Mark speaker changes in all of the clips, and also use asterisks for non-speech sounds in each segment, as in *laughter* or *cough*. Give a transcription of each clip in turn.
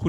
Speaker 1: คุ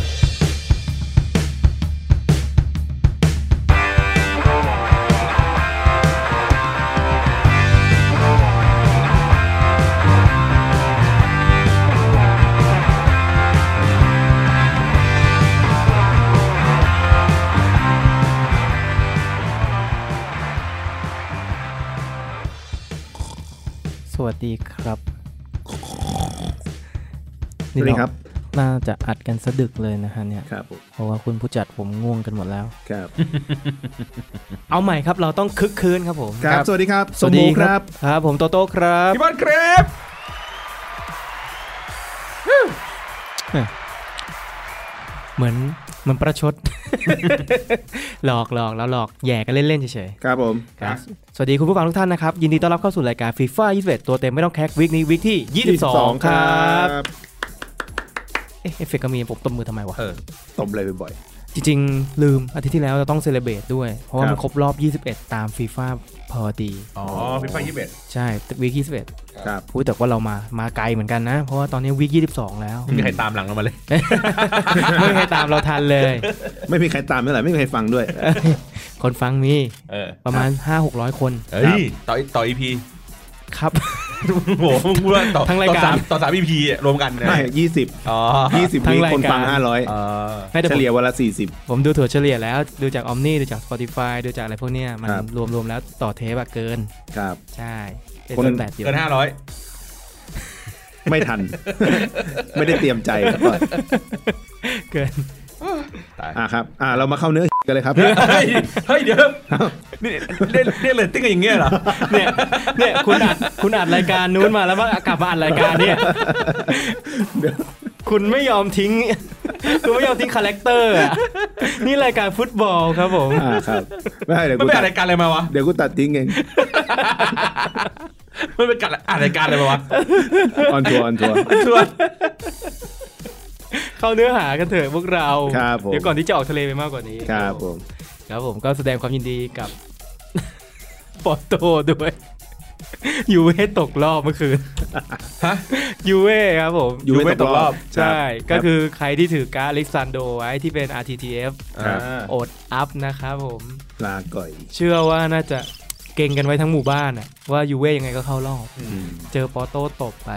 Speaker 2: สวัสดีครับ
Speaker 3: สวัสดีครับ
Speaker 2: เาน่าจะอัดกันสะดึกเลยนะฮะเนี่ย
Speaker 3: ครับผม
Speaker 2: เพราะว่าคุณผู้จัดผมง่วงกันหมดแล้ว *laughs*
Speaker 3: ครับ
Speaker 2: เอาใหม่ครับ เราต้องคึกคืนครับผม
Speaker 3: ครับ สวัสดีครับ
Speaker 2: สวัสดี
Speaker 3: โม
Speaker 2: ครับ ครับ ผมโตโต้ครับ
Speaker 1: พี่บอลครับ
Speaker 2: เหมือนเหมือนประช *laughs* ด หลอกหลอกแล้วหลอกแหย่กันเล่นๆเฉย
Speaker 3: ครับผม
Speaker 2: ๆครับ สวัสดีคุณผู้ฟังทุกท่านนะครับ ยินดีต้อนรับเข้าสู่รายการฟีฟ่า21ตัวเต็มไม่ต้องแคกวิกนี้วิกที่ 22 ครับ
Speaker 3: บ
Speaker 2: เอ๊ะเอฟเฟกต์ก็มีผมตบมือทำไมวะ
Speaker 1: เออ
Speaker 3: ตบเลยบ่อย
Speaker 2: จริงๆ ลืมอาทิตย์ที่แล้วเราต้องเซเลบ a t e ด้วย เพราะว่า
Speaker 3: ครับ
Speaker 2: มันครบรอบ 21 ตามฟีฟ่าพอดี
Speaker 1: อ๋อพี่ฟ้ายี่สิบเอ็ด
Speaker 2: ใช่วีค
Speaker 3: ๆครับ
Speaker 2: 21พูดแต่ว่าเรามามาไกลเหมือนกันนะ เพราะว่าตอนนี้วีค22 แล้ว
Speaker 1: มีใครตามหลังเรามาเลย
Speaker 2: *laughs* ไม่มีใครตามเราทันเลย *laughs*
Speaker 3: ไม่มีใครตามนั่นแหละไม่มีใครฟังด้วย
Speaker 2: คนฟังมี
Speaker 1: เออ
Speaker 2: ประมาณ 5-600 คน
Speaker 1: เฮ้ยต่อต่ออีพี
Speaker 2: ครับ *laughs*
Speaker 1: โอ้โหมึงพูดว่าต่ *laughs* อ
Speaker 2: ทั้งรายกา
Speaker 1: ต่
Speaker 2: ร
Speaker 1: อสมต่อสามอีพีรวมกันนะ
Speaker 3: ไม่ยี่สิบ
Speaker 1: อ๋อ
Speaker 3: ยี่สิบ
Speaker 2: ทั้ง
Speaker 3: วี
Speaker 2: ราย
Speaker 3: คนฟัง
Speaker 2: การ
Speaker 3: ห้าร้อย
Speaker 1: เออ
Speaker 2: ไม่แต่
Speaker 3: เฉ
Speaker 2: ผม
Speaker 3: ลี่ยวันละสี่สิบ
Speaker 2: ผมดูถั่วเฉลี่ยแล้ว ดูจากออมนี่ดูจาก Spotify ดูจากอะไรพวกเนี้ยมัน
Speaker 3: ครับ
Speaker 2: รวมๆแล้วต่อเทปอะเกิน
Speaker 3: ครับ
Speaker 2: ใช่เป็
Speaker 3: คน
Speaker 2: นแปดเดียว
Speaker 1: เกินห้าร้อย
Speaker 3: ไม่ทัน *laughs* ไม่ได้เตรียมใจครับ
Speaker 2: *laughs*
Speaker 3: ก่อน
Speaker 2: เกิน
Speaker 1: ตาย
Speaker 3: อ่ะครับ อ่ะเรามาเข้าเนื้อ *laughs* กั
Speaker 2: *laughs*
Speaker 3: นเลยครับ
Speaker 1: เฮ้ยเฮ้ยเดี๋ยว *laughs* นี่เล่นเล่นเลยติ้งกันอย่างเงี้ยเหรอ
Speaker 2: เนี่ยเนี่ยคุณอัดคุณอัดรายการนู้นมาแล้วมากลับมาอัดรายการเนี่ยคุณไม่ยอมทิ้ง คุณไม่ยอมทิ้งคาแรคเตอร์อะนี่รายการฟุตบอลครับผม
Speaker 3: อ่ะครับ ไม่เดี๋ยว
Speaker 1: มัน
Speaker 3: กู
Speaker 1: เป็น
Speaker 3: ตั
Speaker 1: อะ
Speaker 3: ด
Speaker 1: ไรายการอะไรมาวะ
Speaker 3: เดี๋ยวกูตัดทิ้งเอง
Speaker 1: มันเป็นการอะไรายการอะไรมาวะ
Speaker 3: ออนทัวร์ออนทัวร์
Speaker 1: ชัวร์
Speaker 2: เข้าเนื้อหากันเถอะพวกเรา
Speaker 3: ครับผม
Speaker 2: เดี๋ยวก่อนที่จะออกทะเลไปมากกว่านี้
Speaker 3: *laughs* ครับผม
Speaker 2: ครับผมก็แสดงความยินดีกับ ปอร์โตด้วยยูเว่ตกรอบเมื่อคืน
Speaker 1: ฮะ
Speaker 2: ยูเว่ครับผม
Speaker 1: อยู่ไม่ตกรอบ
Speaker 3: ครั
Speaker 2: ใช่
Speaker 3: บ
Speaker 2: ก็คือใครที่ถือการดอเล็กซานโดไว้ที่เป็น RTTF
Speaker 3: ครับ
Speaker 1: อ่า
Speaker 2: อดอัพนะครับผม
Speaker 3: ลาก่อย
Speaker 2: เชื่อว่าน่าจะเก่งกันไว้ทั้งหมู่บ้านอะว่ายูเว่ยังไงก็เข้ารอบ
Speaker 1: อื
Speaker 3: ม
Speaker 2: เจอปอร์โต้ตบไป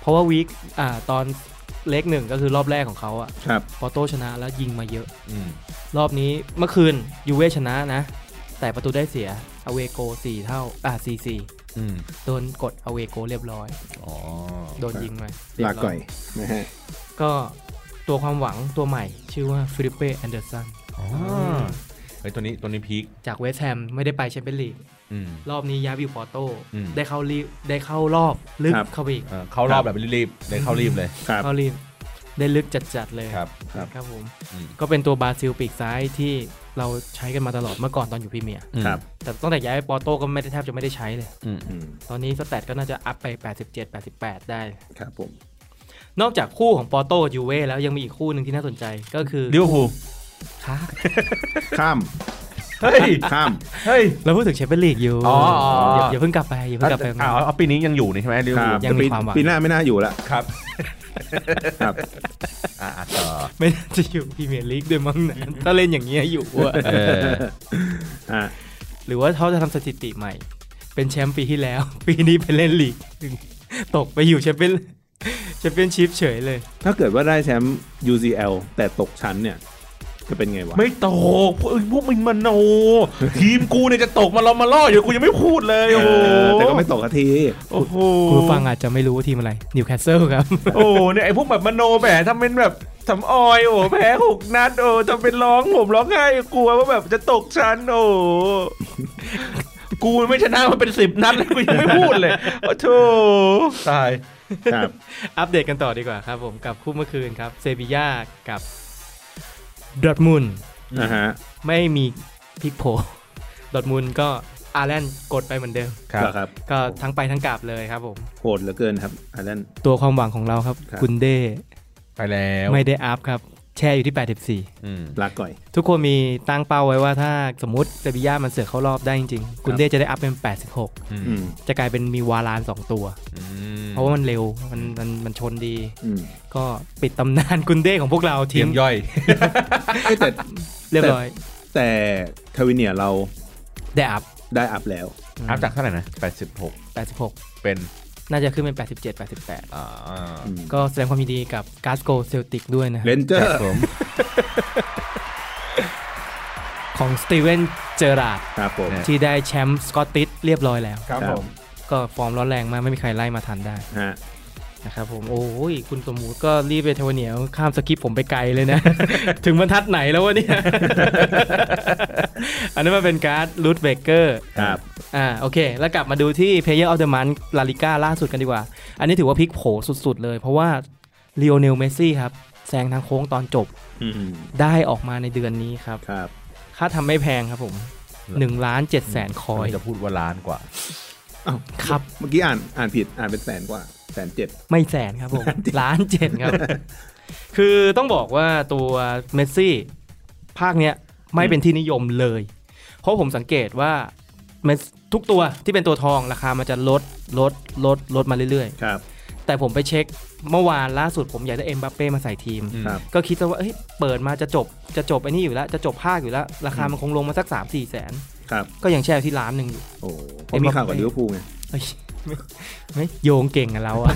Speaker 2: เพราะว่าวีคอ่าตอนเล็กหนึ่งก็คือรอบแรกของเขาอะ
Speaker 3: ครับ
Speaker 2: ปอร์โต้ชนะแล้วยิงมาเยอะ
Speaker 1: อืม
Speaker 2: รอบนี้เมื่อคืนยูเว่ชนะนะ แต่ประตูได้เสียอเวโกสี่เท่าอ่าสี่สี่
Speaker 1: อืม
Speaker 2: โดนกดอเวโกเรียบร้อย
Speaker 1: อ๋อ
Speaker 2: โดนยิงไป
Speaker 3: ลาก่อยนะฮะ
Speaker 2: ก็ตัวความหวังตัวใหม่ ชื่อว่าฟิลิปเป้แอนเดอร์สัน
Speaker 1: อ๋อเฮ้ยตัวนี้ตัวนี้พีค
Speaker 2: จากเวสต์แฮมไม่ได้ไปแชมเปี้ยนลีก
Speaker 1: อืม
Speaker 2: รอบนี้ย้ายไปอยู่ปอร์โต้
Speaker 1: อืม
Speaker 2: ได้เข้ารีบได้เข้ารอบลึกเข้าไปอีก
Speaker 1: เอ่อเข้ารอบแบบรีบๆเลยเข้ารีบเลย
Speaker 3: ครับ
Speaker 2: เข้ารีบได้ลึกจัดๆเลย
Speaker 1: ครับ
Speaker 3: ครับ
Speaker 2: ครับผม
Speaker 1: อืม
Speaker 2: ก็เป็นตัวบราซิลปีกซ้ายที่เราใช้กันมาตลอดเมื่อก่อนตอนอยู่พรีเมียร์
Speaker 3: ครับ
Speaker 2: แต่ตั้งแต่ย้ายไปปอร์โต้ก็ไม่ได้แทบจะไม่ได้ใช้เลย
Speaker 1: อืม
Speaker 3: อืม
Speaker 2: ตอนนี้สแตทก็น่าจะอัพไป 87 88 ได้
Speaker 3: ครับผม
Speaker 2: นอกจากคู่ของปอร์โต้กับยูเว่แล้วยังมีอีกคู่หนึ่งที่น่าสนใจก็คือ
Speaker 1: ลิเวอร์พูล
Speaker 2: ค่ะ
Speaker 3: ข้าม
Speaker 1: เฮ้ย
Speaker 3: ข้าม
Speaker 1: เฮ้ย
Speaker 2: เราพูดถึงแชมเปี้ยนลีกอยู่
Speaker 1: อ๋ออ๋ออ๋ออ
Speaker 2: ย่าอย่าเพิ่งกลับไปอย่าเพิ่งกลับไป
Speaker 1: อ้าวเอาปีนี้ยังอยู่นี่ใช่ไหมลิเวอ
Speaker 3: ค
Speaker 1: ร์พู
Speaker 3: รับ
Speaker 1: ล
Speaker 2: ยังมี
Speaker 3: ปี
Speaker 2: ความหวัง
Speaker 3: ปีหน้าไม่น่าอยู่ละ
Speaker 1: ครับ
Speaker 3: ครับ
Speaker 1: อ่ะอ่ะต่อ
Speaker 2: ไม่น่าจะอยู่พรีเมียร์ลีกด้วยมั้ง
Speaker 1: *laughs*
Speaker 2: นะ ถ้าเล่นอย่างเงี้ยอยู่อะ
Speaker 1: เออ
Speaker 3: อ่ะ
Speaker 2: หรือว่าเขาจะทำสถิติใหม่ เป็นแชมป์ปีที่แล้ว *laughs* ปีนี้ไปเล่นลีกหนึ่งตกไปอยู่แชมเปี้ยนแชมเปี้ยนชิพเฉยเลย
Speaker 3: ถ้าเกิดว่าได้แชมป์ UCL แต่ตกชั้นเนี่ย จะเป็นไงวะ
Speaker 1: ไม่ตกพวกเอ้ยพวกมึงมันโนทีมกูเนี่ยจะตกมาล้อมมาล่ออยู่กูยังไม่พูดเลย
Speaker 3: เอ
Speaker 1: โอ้โห
Speaker 3: อแต่ก็ไม่ตกสักที
Speaker 1: โอ้โห
Speaker 2: คุณผู้ฟังอาจจะไม่รู้ว่าทีมอะไร นิวคาสเซิลครับ *laughs*
Speaker 1: โอ้โหเนี่ยไอ้พวกแบบมโนแหมทำเป็นแบบสำออยโอ้โหแพ้หกนัดโอ้โหทำเป็นร้องผมร้องไห้กลัวว่าแบบจะตกชั้นโอ้โหกูไม่ชนะมาเป็นสิบนัดแล้วกูยังไม่พูดเลยโอ้โหตาย
Speaker 3: ครับ
Speaker 2: อัปเดตกันต่อดีกว่าครับผมกับคู่เมื่อคืนครับเซบีย่ากับดอร์ทมุนด์
Speaker 3: นะฮะ
Speaker 2: ไม่มีพลิกโผ *laughs* ดอร์ทมุนด์ก็อาร์แลนด์กดไปเหมือนเดิม
Speaker 3: ครับครับ
Speaker 2: ก็ทั้งไปทั้งกลับเลยครับผม
Speaker 3: โหดเหลือเกินครับอันนั้น
Speaker 2: ตัวความหวังของเราครับ
Speaker 3: ครับ
Speaker 2: กุนเด
Speaker 1: ไปแล้ว
Speaker 2: ไม่ได้อัพครับ แช แชร์อยู่ที่
Speaker 1: อืม
Speaker 3: ลาก่อย
Speaker 2: 84 ทุกคนมีตั้งเป้าไว้ว่าถ้าสมมติเซบีย่ามันเสือกเข้ารอบได้จริงๆ คุณ
Speaker 1: ครับ
Speaker 2: เด้จะได้อัพเป็น
Speaker 1: อืม
Speaker 3: อืม
Speaker 2: 86 จะกลายเป็นมีวาลานสองตัว
Speaker 1: อืม
Speaker 2: เพราะว่ามันเร็วมันมันมันชนดี
Speaker 3: อืม
Speaker 2: ก็ปิดตำนานคุณเด้ของพวกเรา
Speaker 1: เที
Speaker 2: ทิ้
Speaker 1: ย
Speaker 2: ง
Speaker 1: มย่อย
Speaker 3: เอ้ยแต่
Speaker 2: เรียบร้อย
Speaker 3: แต่ทวินเนียเรา
Speaker 2: ได้อัพ
Speaker 3: ได้อัพแล้ว
Speaker 1: อัพจากเท่าไหร่นะ86
Speaker 2: 86
Speaker 1: เป็น
Speaker 2: น่าจะขึ้นเป็น 87 88
Speaker 1: อ่า
Speaker 2: ก็แสดงความยินดีกับกาสโกเซลติกด้วยนะ
Speaker 3: เลนเจอ
Speaker 1: ค
Speaker 3: ร์
Speaker 1: รับผม
Speaker 2: ของสตีเวนเจอราร์ด
Speaker 3: ครับผม
Speaker 2: ที่ได้แชมป์สกอตติชเรียบร้อยแล้ว
Speaker 1: ครับผม
Speaker 2: ก็ฟอร์มร้อนแรงมากไม่มีใครไล่มาทันได้
Speaker 3: ฮะ
Speaker 2: นะครับผมโอ้ยคุณสมมูติก็รีบไปเทวเหนียวข้ามสคริปต์ผมไปไกลเลยนะ *laughs* ถึงบรรทัดไหนแล้ววะเนี่ย *laughs* อันนั้นมันเป็นการ์ดรูทเบเกอร์
Speaker 3: ครับ
Speaker 2: อ่าโอเค แล้วกลับมาดูที่ Player of the Month ลาลิก้าล่าสุดกันดีกว่า อันนี้ถือว่าพลิกโผสุดๆเลย เพราะว่าเล o n เนลเมสซี่ครับแซงทางโค้งตอนจบ
Speaker 3: อืม
Speaker 2: ได้ออกมาในเดือนนี้ครับ
Speaker 3: ครับ
Speaker 2: ค่าทำไม่แพงครับผม
Speaker 1: หรอ
Speaker 2: 1ล้าน7แสนคอย
Speaker 1: จะพูดว่าล้านกว่า
Speaker 2: ครับ
Speaker 3: เมื่อกี้อ่านอ่านผิดอ่านเป็นแสนกว่าแสนเจ็ด
Speaker 2: ไม่แสนครับผม ล้านเจ็ด *laughs* ครับ คือต้องบอกว่าตัวเมสซี่ ภาคเนี้ยไม่เป็นที่นิยมเลย เพราะผมสังเกตว่าเมสทุกตัวที่เป็นตัวทองราคามันจะลดลดลดลดมาเรื่อย
Speaker 3: ครับ
Speaker 2: ๆ แต่ผมไปเช็คเมื่อวานล่าสุดผมอยากได้เอ็มบัปเป้มาใส่ทีม
Speaker 3: ครับ
Speaker 2: ก็คิดซะว่าเอ้ยเปิดมาจะจบจะจบไอ้นี่อยู่แล้ว จะจบภาคอยู่แล้ว ราคามันคงลงมาสัก 3 4 แสน
Speaker 3: ครับ
Speaker 2: ก็ยังแช่อยู่ที่ล้านหนึ่งอยู่
Speaker 3: โอ้โห
Speaker 2: เอ็ม
Speaker 3: มีข่าวกับ
Speaker 2: เอ็ม
Speaker 3: ลิเวอร์พูลไง
Speaker 2: เอ้ย *laughs* ไม่ไม่โยงเก่งอะเราอะ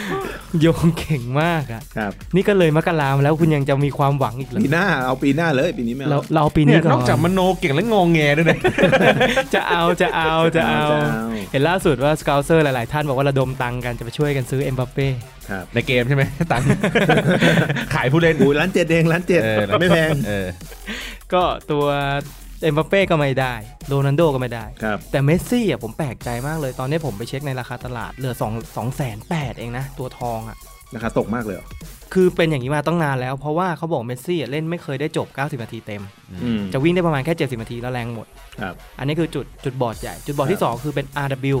Speaker 2: *laughs* โยงเก่งมากอะ
Speaker 3: ครับ
Speaker 2: นี่ก็เลยมกรามาแล้วคุณยังจะมีความหวังอีกเหรอ
Speaker 3: ปีหน้า เอาปีหน้าเลยปีนี้ไม่
Speaker 2: เรา
Speaker 3: เอา
Speaker 2: เราเอาปี
Speaker 1: เนี่
Speaker 2: นี้
Speaker 1: ย
Speaker 2: ก่อน
Speaker 1: นอกจากมโนเก่งและงงแงด้วยนะ
Speaker 2: จะเอาจะเอาจะเอา เห็นล่าสุดว่าสเกลเซอร์หลาย ๆ ท่านบอกว่าระดมตังค์กันจะไปช่วยกันซื้อเอ็มบัปเป้
Speaker 3: ครับ
Speaker 1: *laughs* ในเกมใช่ไหม *laughs* ตังค์ ขายผู้เล่น
Speaker 3: อูร้านเจ็ดเองร้านเจ็ด
Speaker 1: เออ
Speaker 3: ไม่แพง
Speaker 1: เออ
Speaker 2: ก็ตัวเอ็มบัปเป้ก็ไม่ได้โรนัลโดก็ไม่ได้
Speaker 3: ครับ
Speaker 2: แต่เมสซี่อ่ะผมแปลกใจมากเลย ตอนนี้ผมไปเช็คในราคาตลาดเหลือ2 2 8 0 0เองนะ ตัวทองอ่ะ
Speaker 3: ราคาตกมากเลยเหรอ
Speaker 2: คือเป็นอย่างนี้มาตั้งนานแล้วเพราะว่าเขาบอกเมสซี่อ่ะเล่นไม่เคยได้จบ 90 นาทีเต็ม
Speaker 3: อืม
Speaker 2: จะวิ่งได้ประมาณแค่ 70 นาทีแล้วแรงหมด
Speaker 3: ครับ
Speaker 2: อันนี้คือจุดจุดบอดใหญ่จุดบอด
Speaker 3: ครั
Speaker 2: ที่
Speaker 3: บ
Speaker 2: สองคือเป็น RW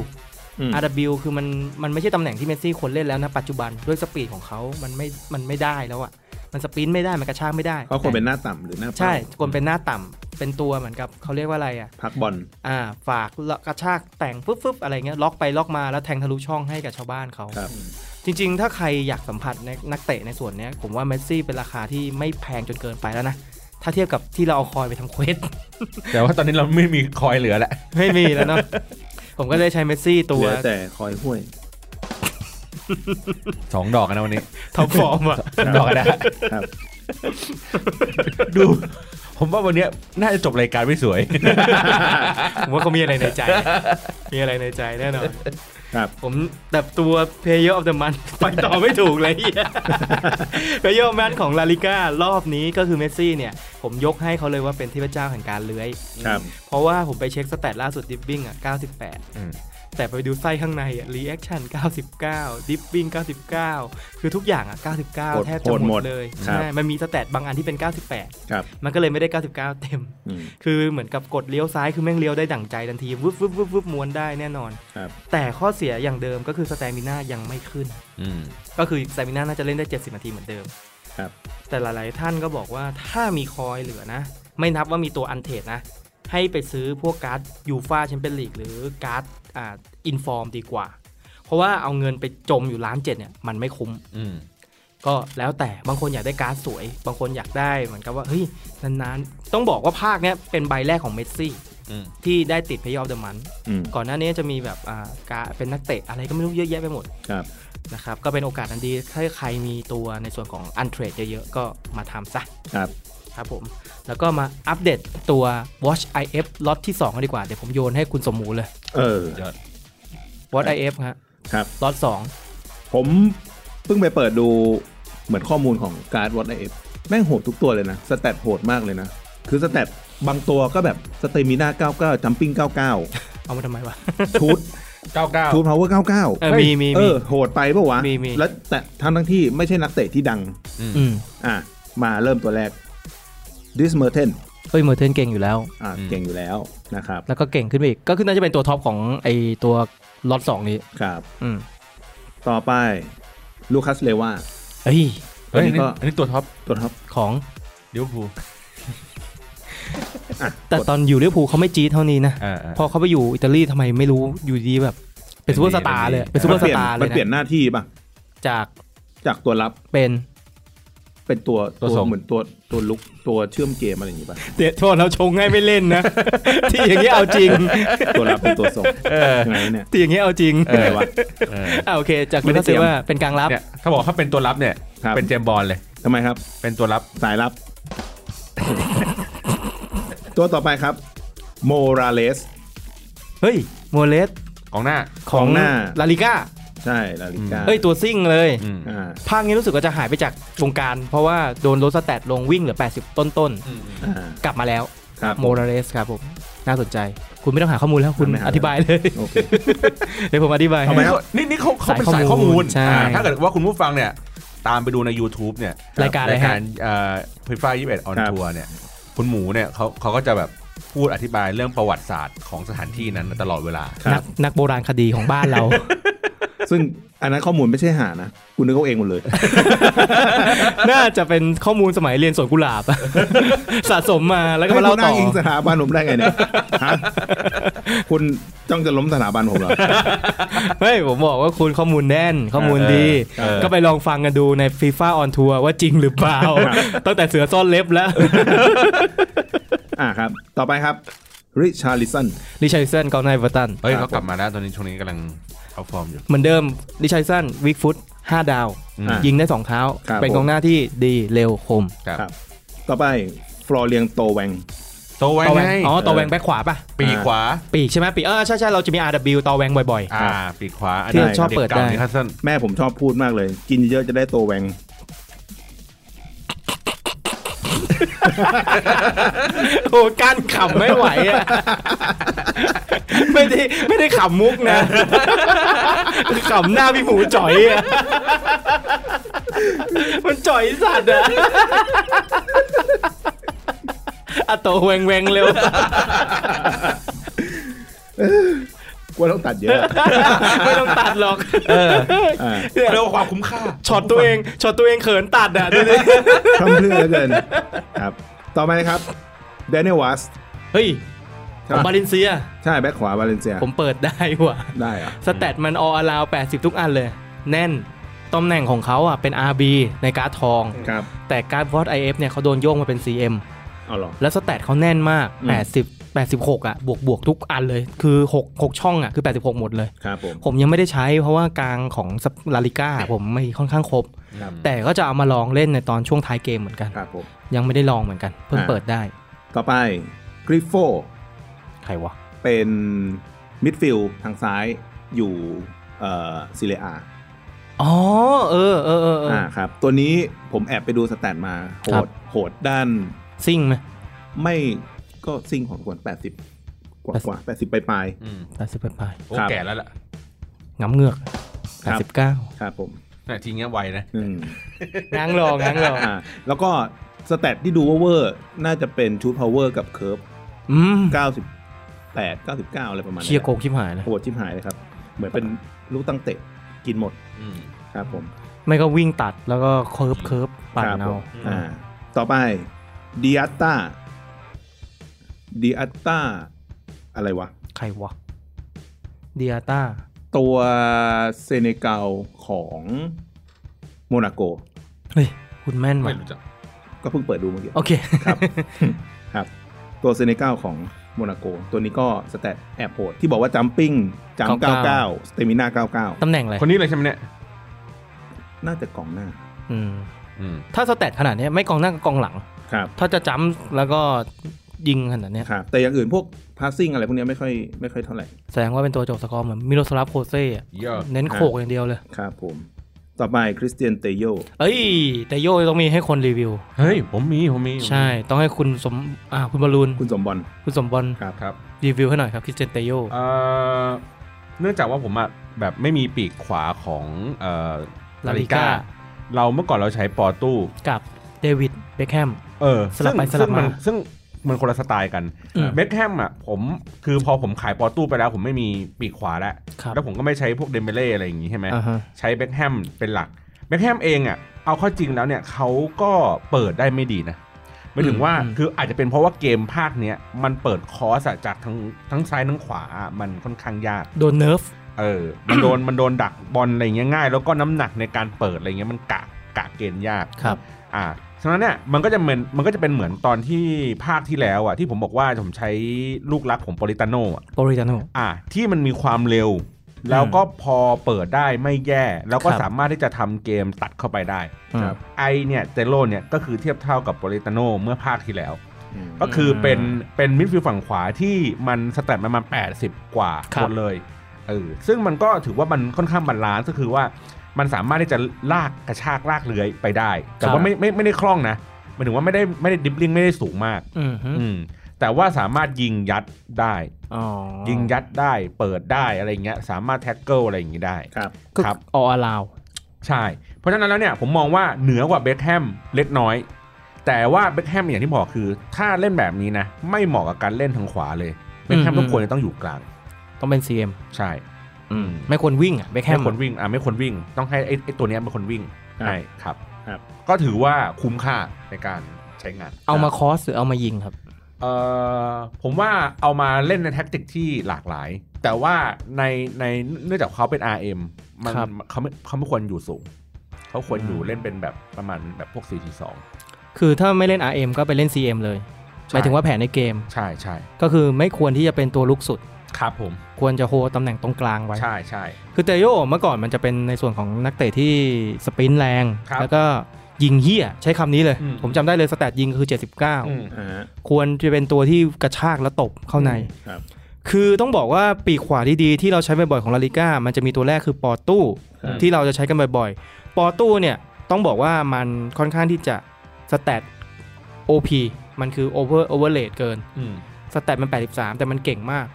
Speaker 3: อืม
Speaker 2: RW คือมันมันไม่ใช่ตำแหน่งที่เมสซี่ควรเล่นแล้วนะปัจจุบันด้วยสปีดของเขามันไม่มันไม่ได้แล้วอะ่ะ มันสปรินต์ไม่ได้ มันกระชากไม่ได้
Speaker 3: เขาควรเป็นหน้าต่ำหรือหน้าเป้า
Speaker 2: ใช่ควรเป็นหน้าต่ำเป็นตัวเหมือนกับเขาเรียกว่าอะไรอะ่ะ
Speaker 3: พักบอล
Speaker 2: อ่าฝากแล้วกระชากแต่งฟึบฟึบอะไรเงี้ยล็อกไปล็อกมาแล้วแทงทะลุช่องให้กับชาวบ้านเขา
Speaker 3: ครับ
Speaker 2: จริง ๆ ถ้าใครอยากสัมผัสในนักเตะในส่วนเนี้ยผมว่าเมสซี่เป็นราคาที่ไม่แพงจนเกินไปแล้วนะถ้าเทียบกับที่เราเอาคอยไปทำเคว *laughs* ส
Speaker 1: แต่ว่าตอนนี้เราไม่มีคอยเหลือแหละ
Speaker 2: ไม่มีแล้วเนาะผมก็เลยใช้เมสซี่ตั
Speaker 3: เห
Speaker 2: ว
Speaker 3: ลือแต่คอยห้วย
Speaker 1: สองดอกนะวันนี้
Speaker 2: ท็อปฟอร์มอ่ะ
Speaker 1: ดอกนะครับ ดู ผมว่าวันเนี้ยน่าจะจบรายการไม่สวย
Speaker 2: ผมว่าเขามีอะไรในใจ มีอะไรในใจแน่นอน
Speaker 3: ครับ
Speaker 2: ผมแบบตัว Player of the Month ไปต่อไม่ถูกเลยเหี้ย Player of the Month ของลาลิก้ารอบนี้ก็คือเมสซี่เนี่ย ผมยกให้เขาเลยว่าเป็นเทพเจ้าแห่งการเลื้อย
Speaker 3: ครับ
Speaker 2: เพราะว่าผมไปเช็คสแตทล่าสุดดิฟบิ้งอ่ะ 98
Speaker 1: อืม
Speaker 2: แต่ไปดูไส้ข้างในอ่ะรีแอคชั่น 99 ดิฟบิ้ง 99 คือทุกอย่างอ่ะ 99 แทบจะ
Speaker 3: โหด
Speaker 2: ห
Speaker 3: ห
Speaker 2: ม
Speaker 3: ม
Speaker 2: ด
Speaker 3: ด
Speaker 2: เลย
Speaker 3: ครับ
Speaker 2: ใช่มันมีสแตทบางอันที่เป็น 98
Speaker 3: ครับ
Speaker 2: มันก็เลยไม่ได้ 99 เต็ม
Speaker 3: อืม
Speaker 2: คือเหมือนกับกดเลี้ยวซ้ายคือแม่งเลี้ยวได้ดั่งใจทันทีวึบวึบวึบวึบม้วนได้แน่นอน
Speaker 3: ครับ
Speaker 2: แต่ข้อเสียอย่างเดิมก็คือสแตมิน่ายังไม่ขึ้น ก็คือสแตมิน่าน่าจะเล่นได้ 70 นาทีเหมือนเดิม
Speaker 3: ครับ
Speaker 2: แต่หลาย ๆ ท่านก็บอกว่าถ้ามีคอยเหลือนะ ไม่นับว่ามีตัวอันเทรดนะ ให้ไปซื้อพวกการ์ดยูฟาแชมเปี้ยนลีกหรือการ์ดอ่าอินฟอร์มดีกว่า เพราะว่าเอาเงินไปจมอยู่ล้านเจ็ดเนี่ยมันไม่คุ้ม
Speaker 1: อืม
Speaker 2: ก็แล้วแต่บางคนอยากได้การ์ดสวย บางคนอยากได้เหมือนกับว่าเฮ้ยนานๆ ต้องบอกว่าภาคเนี้ยเป็นใบแรกของเมสซี่
Speaker 1: อืม
Speaker 2: ที่ได้ติดพยอฟเดอะมัน
Speaker 3: อืม
Speaker 2: ก่อนหน้านี้จะมีแบบอ่าการ์ดเป็นนักเตะอะไรก็ไม่รู้เยอะแยะไปหมด
Speaker 3: ครับ
Speaker 2: นะครับก็เป็นโอกาสอันดีถ้าใครมีตัวในส่วนของอันเทรดเยอะๆ ก็มาทำซะ
Speaker 3: ครับ
Speaker 2: ครับผม แล้วก็มาอัปเดตตัว Watch IF ล็อตที่2กันดีกว่า เดี๋ยวผมโยนให้คุณสมมูลเลย
Speaker 3: เออ
Speaker 1: ยอด
Speaker 2: Watch IF ฮะ
Speaker 3: ครับ
Speaker 2: ล็อต
Speaker 3: ผมเพิ่งไปเปิดดูเหมือนข้อมูลของการ์ดวอตไอเอฟแม่งโหดทุกตัวเลยนะ สแตทโหดมากเลยนะ คือสแตทบางตัวก็แบบสเตมิน่า99จัมปิ้ง99
Speaker 2: 2 เอามาทำไมวะ
Speaker 3: ชู
Speaker 2: *laughs*
Speaker 3: ด
Speaker 1: เก้าเก้า
Speaker 3: ทูพาวเวอร์99
Speaker 2: เออมีมีมี
Speaker 3: เออโหดไปปะวะ
Speaker 2: มีมี
Speaker 3: แล้วแต่ทั้งทั้งที่ไม่ใช่นักเตะที่ดัง
Speaker 2: อืม
Speaker 3: อ่ะ มาเริ่มตัวแรกดิสเมอร์เทน
Speaker 2: เฮ้ยเมอร์เทนเก่งอยู่แล้ว
Speaker 3: อ่ะ
Speaker 1: อืม
Speaker 3: เก่งอยู่แล้วนะครับ
Speaker 2: แล้วก็เก่งขึ้นไปอีก ก็คือน่าจะเป็นตัวท็อปของไอตัวล็อตสองนี้
Speaker 3: ครับ
Speaker 2: อืม
Speaker 3: ต่อไปลูคัสเลวา
Speaker 2: เฮ้ย
Speaker 3: ตอน
Speaker 1: เฮ้ยอั
Speaker 3: นี้
Speaker 1: นนี้
Speaker 3: ก็
Speaker 1: อันนี้ตัวท็อป
Speaker 3: ตัวท็อป
Speaker 2: ของ
Speaker 1: เดี๋ยวพูล
Speaker 3: อ่ะ
Speaker 2: แต่ตอนอยู่ลิเวอร์พูลเขาไม่จี๊ดเท่านี้นะ
Speaker 1: อ่า
Speaker 2: พอเขาไปอยู่อิตาลีทำไมไม่รู้อยู่ดีแบบ เป็นซูเปอร์สตาร์เลย
Speaker 1: เป็นดี
Speaker 2: เป็นซูเปอ
Speaker 3: มัน
Speaker 2: ร์ส
Speaker 3: เปลี่ยน
Speaker 2: ตาร์เล
Speaker 3: มัน
Speaker 2: ย
Speaker 3: เปลี่ยน
Speaker 2: นะ
Speaker 3: หน้าที่ป่ะ
Speaker 2: จาก
Speaker 3: จากตัวรับ
Speaker 2: เป็น
Speaker 3: เป็นตัว
Speaker 1: ตัวส่ง
Speaker 3: เหมือนตัวตัวลุกตัวเชื่อมเกมอะไรอย่างงี้ป่ะ
Speaker 2: เดี๋ยวโทษเราชงให้ไม่เล่นนะ *laughs* ที่อย่างนี้เอาจริง *laughs*
Speaker 3: ตัวรับเป็นตัวส่งยังไงเนี่ย
Speaker 2: ที่อย่างนี้เอาจริง
Speaker 1: เอ
Speaker 3: อะไร
Speaker 1: อ
Speaker 3: วะ
Speaker 1: เออ
Speaker 2: อ่าโอเค จาก
Speaker 3: ไม่
Speaker 2: ลู
Speaker 3: ได้
Speaker 2: คัสเซว่าเป็นกลางรับ
Speaker 1: เนี่ยเขาบอกถ้าเป็นตัวรับเนี่ย
Speaker 3: ครับ
Speaker 1: เป็นเจมส์บอลเลย
Speaker 3: ทำไมครับ
Speaker 1: เป็นตัวรับ
Speaker 3: สายรับ ตัวต่อไปครับ โมราเลส
Speaker 2: เฮ้ยโมเลส
Speaker 1: ของหน้า
Speaker 2: ขอกง
Speaker 3: องหน้า
Speaker 2: ลาลิก้า
Speaker 3: ใช่ลาลิกา
Speaker 2: เอ้ยตัวซิ่งเลย
Speaker 1: อืม
Speaker 3: อ่า
Speaker 2: ภาคนี้รู้สึกว่าจะหายไปจากวงการ เพราะว่าโดนลดสแตทลงวิ่งเหลือ 80 ต้น
Speaker 3: อ่า
Speaker 2: ๆ กลับมาแล้ว
Speaker 3: ครับ
Speaker 2: โมราเลสครับผม น่าสนใจ คุณไม่ต้องหาข้อมูลแล้วคุณ
Speaker 3: ไม่ห
Speaker 2: อธิบายเลย *laughs*
Speaker 3: โอเค
Speaker 2: เดี๋ยวผมอธิบาย
Speaker 3: ทำไมครับ
Speaker 1: นี่นี่เขาเขาเป็น
Speaker 2: สา
Speaker 1: สายย
Speaker 2: ข้
Speaker 1: ข้
Speaker 2: อ
Speaker 1: อ
Speaker 2: มู
Speaker 1: มู
Speaker 2: ล
Speaker 1: ล
Speaker 2: ใช่
Speaker 1: อ่าถ้าเกิดว่าคุณผู้ฟังเนี่ย ตามไปดูใน YouTube เนี่ย
Speaker 2: รายการอะไร
Speaker 1: ราย
Speaker 2: ฮะ
Speaker 1: การเอ่อพิฟ้ายี่สิบเอ็ดออน
Speaker 3: ครับ
Speaker 1: ทัวร์เนี่ย คุณหมูเนี่ยเขาเขาก็จะแบบพูดอธิบายเรื่องประวัติศาสตร์ของสถานที่นั้นตลอดเวลา
Speaker 3: ครั
Speaker 2: นั
Speaker 3: บ
Speaker 2: กนักโบราณคดีของบ้านเรา
Speaker 3: ซึ่งอันนั้นข้อมูลไม่ใช่หานะกูนึกเอาเองหมดเลย
Speaker 2: *laughs* น่าจะเป็นข้อมูลสมัยเรียนสวนกุหลาบ *laughs* สะสมมาแล้วก็มาเล่าต่อ
Speaker 3: ให้คุณงงสถาบันผมได้ไงเนี่ยฮะคุณจ้องจะล้มสถาบันผมเหรอ
Speaker 2: เฮ้ย ผมบอกว่าคุณข้อมูลแน่น ข้อมูลดี
Speaker 1: เออเออ
Speaker 2: ก็ไปลองฟังกันดูในฟีฟ่าออนทัวร์ว่าจริงหรือเปล่า ตั้งแต่เสือซ่อนเล็บแล้ว *laughs*
Speaker 3: อ่าครับ ต่อไปครับริชาร์ลิสัน
Speaker 2: ริชาร์ดสันกองหนายเวอร์ตัน
Speaker 1: เฮ้ย
Speaker 3: ครั
Speaker 1: เขา
Speaker 3: บ
Speaker 1: กลับมาแล้วตอนนี้ช่วงนี้กำลังเอาฟอร์มอยู่
Speaker 2: เหมือนเดิมริชาร์ดสันวิกฟุต5ดาว
Speaker 1: อืม
Speaker 2: ยิงได้ 2 เท้า
Speaker 3: ครับ
Speaker 2: เป็น
Speaker 3: ผม
Speaker 2: กองหน้าที่ดีเร็วคม
Speaker 1: ครับ
Speaker 3: ครับ ต่อไปฟลอเรียงโตแวง
Speaker 1: โตไว้
Speaker 2: ตอแว
Speaker 1: ไง
Speaker 2: งอ๋อตอแวงแบ็คขวาป่ะ
Speaker 1: ปีกขวา
Speaker 2: ปีกใช่ไหมปีกเออใช่ใช่เราจะมี RW ตอแวงบ่อย
Speaker 1: อ่า ปีกขวา
Speaker 2: ที่ชอบเปิดได้
Speaker 1: นิคัสเซน
Speaker 3: แม่ผมชอบพูดมากเลย กินเยอะจะได้โตแวง
Speaker 2: ๆ โอ้การขำไม่ไหวอ่ะ ไม่ได้ไม่ได้ขำมุกนะ ขำหน้าพี่หมูจ่อยอ่ะ มันจ่อยสัตว์อ่ะอะโตแวงแวงเร็ว
Speaker 3: กลัวต้องตัด
Speaker 2: *laughs*
Speaker 3: เยอะ
Speaker 2: *laughs* ไม่ต้องตัดหรอก
Speaker 3: อ่า
Speaker 2: เนี่ย
Speaker 1: เรียกว่าความคุ้มค่า
Speaker 2: ช็อตตัวเองช็อตตัวเองเขินตัดอ่ะดูดิ
Speaker 3: ทำเพื่อเหลือเกิน ครับ ต่อไปครับเดนเนลวัส
Speaker 2: เฮ้ยผ
Speaker 3: ครับ
Speaker 2: มบาลินเซีย
Speaker 3: ใช่ แบ็คขวาบาเลนเซีย
Speaker 2: ผมเปิดได้ว่ะ
Speaker 3: ได้เหรอะ
Speaker 2: สแตทมันออลาว80 ทุกอันเลย แน่นตำแหน่งของเขาอ่ะเป็น RB ในการ์ดทอง
Speaker 3: ครับ
Speaker 2: แต่การ์ดวอต IF เนี่ยเขาโดนโยกมาเป็น CM
Speaker 3: เอาเหรอ
Speaker 2: แล้วสแตทเขาแน่นมาก
Speaker 3: อืม
Speaker 2: 80 86 อ่ะ บวกบวกทุกอันเลย คือ 6 6 ช่องอ่ะ คือ 86 หมดเลย
Speaker 3: ครับผม
Speaker 2: ผมยังไม่ได้ใช้เพราะว่ากลางของลาลิก้าผมไม่ค่อนข้างครบ
Speaker 3: ครับ
Speaker 2: แต่ก็จะเอามาลองเล่นในตอนช่วงท้ายเกมเหมือนกัน
Speaker 3: ครับผม
Speaker 2: ยังไม่ได้ลองเหมือนกัน เพิ่ง
Speaker 3: อ่า
Speaker 2: เปิดได้
Speaker 3: ต่อไปกริฟโฟ
Speaker 2: ใครวะ
Speaker 3: เป็นมิดฟิลด์ทางซ้ายอยู่เอ่อซิเลอา
Speaker 2: อ๋อ เออเออเออเออ
Speaker 3: อ่าครับ ตัวนี้ผมแอบไปดูสแตทมาโห
Speaker 2: ครับ
Speaker 3: ดโหดด้าน
Speaker 2: ซิ่งไหม
Speaker 3: ไม่ก็ซิ่งของควร80 กว่ากว่า80ปลาย
Speaker 1: อืม
Speaker 2: 80ปลาย
Speaker 1: โอ้
Speaker 3: ครับ
Speaker 1: แก่แล้วล่ะ
Speaker 2: ๆงับเหงือก
Speaker 3: ครับ
Speaker 2: 89
Speaker 3: ๆครับผม
Speaker 1: เนี่ยทีเงี้ยไวนะ
Speaker 3: อืม
Speaker 2: ง้างรอง้างรอ
Speaker 3: อ่าแล้วก็สแตทที่ดูเวอร์ๆน่าจะเป็นชุดพาวเวอร์กับเคิร์ฟ
Speaker 2: อืม
Speaker 3: 98 99 อะไรประมาณนี้
Speaker 2: เชียร์โกงชิบหายเลย
Speaker 3: โหดชิบหายเลยครับ เหมือนเป็นลูกตั้งเตะกินหมด
Speaker 1: อืม
Speaker 3: ครับผม
Speaker 2: ไม่ก็วิ่งตัดแล้วก็เคิร์ฟเคิร์ฟปั่น
Speaker 3: ครับ
Speaker 2: เอา
Speaker 3: ผมอ่า ต่อไปดิอัตตาดิอัตตาอะไรวะ
Speaker 2: ใครวะเดียต้า
Speaker 3: ตัวเซเนกัลของโมนาโก
Speaker 2: เฮ้ย คุณแม่นว่ะ
Speaker 1: ไม่รู้จัก
Speaker 3: ก็เพิ่งเปิดดูเมื่อกี้
Speaker 2: โอเค *laughs*
Speaker 3: ครับ *laughs* ครับ ตัวเซเนกัลของโมนาโก ตัวนี้ก็สแตทแอบโหดที่บอกว่าจัมปิ้งจัม
Speaker 2: เก้าเก้า
Speaker 3: 99 สเตมินา
Speaker 2: ตำแหน่งอะไร
Speaker 1: คนนี้เลยใช่ไหมเนี่ย
Speaker 3: 99 น่าจะกล่องหน้า
Speaker 2: อืม
Speaker 1: อืม
Speaker 2: ถ้าสแตทขนาดเนี้ยไม่กองหน้าก็กองหลัง
Speaker 3: ครับ
Speaker 2: ถ้าจะจ้ำแล้วก็ยิงขนาดเนี้ย
Speaker 3: ครับแต่อย่างอื่นพวกพาสซิ่งอะไรพวกเนี้ยไม่ค่อยไม่ค่อยเท่าไหร่
Speaker 2: แสดงว่าเป็นตัวจบสกอร์เหมือนมิโลสลาฟโคเซ่อะ
Speaker 1: เยอะ
Speaker 2: เน้นโขกอย่างเดียวเลย
Speaker 3: ครับผม ต่อไปคริสเตียนเตโย
Speaker 2: เอ้ย แต่โยต้องมีให้คนรีวิว
Speaker 1: เฮ้ย ผมมี ผมมี
Speaker 2: ใช่ ต้องให้คุณสมอ่าคุณบอลลูน
Speaker 3: คุณสมบอล
Speaker 2: คุณสมบอล
Speaker 3: ครับ
Speaker 1: ครับ
Speaker 2: รีวิวให้หน่อยครับคริสเตนเตโย
Speaker 1: เอ่อเนื่องจากว่าผมอะแบบไม่มีปีกขวาของเอ่อ
Speaker 2: ลาลิก้า
Speaker 1: เราเมื่อก่อนเราใช้ปอตู้
Speaker 2: กับเดวิดเบคแฮม
Speaker 1: เออ
Speaker 2: สลับไป
Speaker 1: ซึ่ง
Speaker 2: สลับมา
Speaker 1: ซึ่งนซึ่งมันคนละสไตล์กัน
Speaker 2: อืม
Speaker 1: เบคแฮมอ่ะผมคือพอผมขายปอตู้ไปแล้ว ผมไม่มีปีกขวาแล้ว
Speaker 2: ครับ
Speaker 1: แล้วผมก็ไม่ใช้พวกเดมเบเล่อะไรอย่างงี้ใช่ไหม
Speaker 2: อ่าฮะ
Speaker 1: ใช้เบคแฮมเป็นหลัก แบ็คแฮมเองอ่ะเอาเข้อจริงแล้วเนี่ยเขาก็เปิดได้ไม่ดีนะหมายถึงว่า
Speaker 2: อืม
Speaker 1: คืออาจจะเป็นเพราะว่าเกมภาคเนี้ยมันเปิดคอร์สอะจากทั้งทั้งซ้ายทั้งขวามันค่อนข้างยาก
Speaker 2: โดนเนิร์ฟ
Speaker 1: เออ มันโดน มันโดนดักบอลอะไรอย่างเงี้ยง่าย แล้วก็น้ำหนักในการเปิดอะไรเงี้ยมันกะกะเกณฑ์ยาก
Speaker 2: ครับ
Speaker 1: อ่าฉะนั้นเนี่ยมันก็จะเหมือนมันก็จะเป็นเหมือนตอนที่ภาคที่แล้วอ่ะที่ผมบอกว่าผมใช้ลูกรักของโปลิตาโนอ่ะ
Speaker 2: โปริตาโน
Speaker 1: อ่ะที่มันมีความเร็ว แล้วก็พอเปิดได้ไม่แย่ แล้วก็
Speaker 2: ครับ
Speaker 1: สามารถที่จะทำเกมตัดเข้าไปได้
Speaker 3: ครับ
Speaker 1: ไอเนี่ยเจโรเนี่ยก็คือเทียบเท่ากับโปลิตาโนเมื่อภาคที่แล้ว
Speaker 3: อืม
Speaker 1: ก็คือเป็นเป็นมิดฟิลด์ฝั่งขวาที่มันสแตทมันมา 80 กว่า
Speaker 2: ครั
Speaker 1: ค
Speaker 2: บ
Speaker 1: นเลยเออซึ่งมันก็ถือว่ามันค่อนข้างบาลานซ์ก็คือว่ามันสามารถที่จะลากกระชากลากเลื้อยไปได้ แต่ว่าไม่ไม่ไม่ได้คล่องนะหมายถึงว่าไม่ได้ไม่ได้ดิฟลิงไม่ได้สูงมาก
Speaker 2: อืมฮึ
Speaker 1: อืมแต่ว่าสามารถยิงยัดได้
Speaker 2: อ๋อ
Speaker 1: ยิงยัดได้เปิดได้อะไรอย่างเงี้ยสามารถแท็กเกิลอะไรอย่างงี้ได้
Speaker 3: ครับ
Speaker 2: ก็
Speaker 1: ครับ
Speaker 2: ออลาว
Speaker 1: ใช่ เพราะฉะนั้นแล้วเนี่ยผมมองว่าเหนือกว่าเบคแฮมเล็กน้อย แต่ว่าเบคแฮมอย่างที่บอกคือ ถ้าเล่นแบบนี้นะ ไม่เหมาะกับการเล่นทางขวาเลยเบคแฮม
Speaker 2: อืม
Speaker 1: ต้องควรจะต้องอยู่กลาง
Speaker 2: ต้องเป็น CM
Speaker 1: ใช่
Speaker 3: อืม
Speaker 2: ไม่ควรวิ่งอ่ะเบคแฮ
Speaker 1: ไม่
Speaker 2: ม
Speaker 1: คนวิ่งอ่ะไม่คนวิ่ง ต้องให้ไอ้ไอ้ตัวเนี้ยเป็นคนวิ่ง
Speaker 3: ครับ
Speaker 1: ใช่ครับ
Speaker 3: ครับ
Speaker 1: ก็ถือว่าคุ้มค่าในการใช้งาน
Speaker 2: เอามาคอสหรือเอามายิงครับ
Speaker 1: เอ่อผมว่าเอามาเล่นในแท็กติกที่หลากหลาย แต่ว่าในในเนื่องจากเขาเป็น RM มัน
Speaker 2: ครับ
Speaker 1: เขาไม่เขาไม่ควรอยู่สูงเขาควรอยู่เล่นเป็นแบบประมาณแบบพวก 4-2
Speaker 2: คือถ้าไม่เล่น RM ก็ไปเล่น CM เลย
Speaker 1: ใช่
Speaker 2: หมายถึงว่าแผนในเกม
Speaker 1: ใช่ใช่
Speaker 2: ก็คือไม่ควรที่จะเป็นตัวลุกสุด
Speaker 1: ครับผม
Speaker 2: ควรจะโฮตำแหน่งตรงกลางไว้
Speaker 1: ใช่ใช่
Speaker 2: คือเตโยเมื่อก่อนมันจะเป็นในส่วนของนักเตะที่สปรินต์แรง
Speaker 1: ครับ
Speaker 2: แล้วก็ยิงเฮี้ย ใช้คำนี้เลย
Speaker 1: อืม
Speaker 2: ผมจำได้เลยสแตทยิงคือ
Speaker 1: อืม
Speaker 2: 79
Speaker 3: อ่าฮะ
Speaker 2: ควรจะเป็นตัวที่กระชากและตบเข้าใน
Speaker 3: ครับ
Speaker 2: คือต้องบอกว่าปีกขวาดีๆที่เราใช้บ่อยๆของลาลิก้ามันจะมีตัวแรกคือปอตู้
Speaker 3: ครับ
Speaker 2: ที่เราจะใช้กันบ่อยๆ ปอตู้เนี่ยต้องบอกว่ามันค่อนข้างที่จะสแตท OP มันคือ over overlay เกิน
Speaker 1: อืม
Speaker 2: สแตทมัน 83 แต่มันเก่งมาก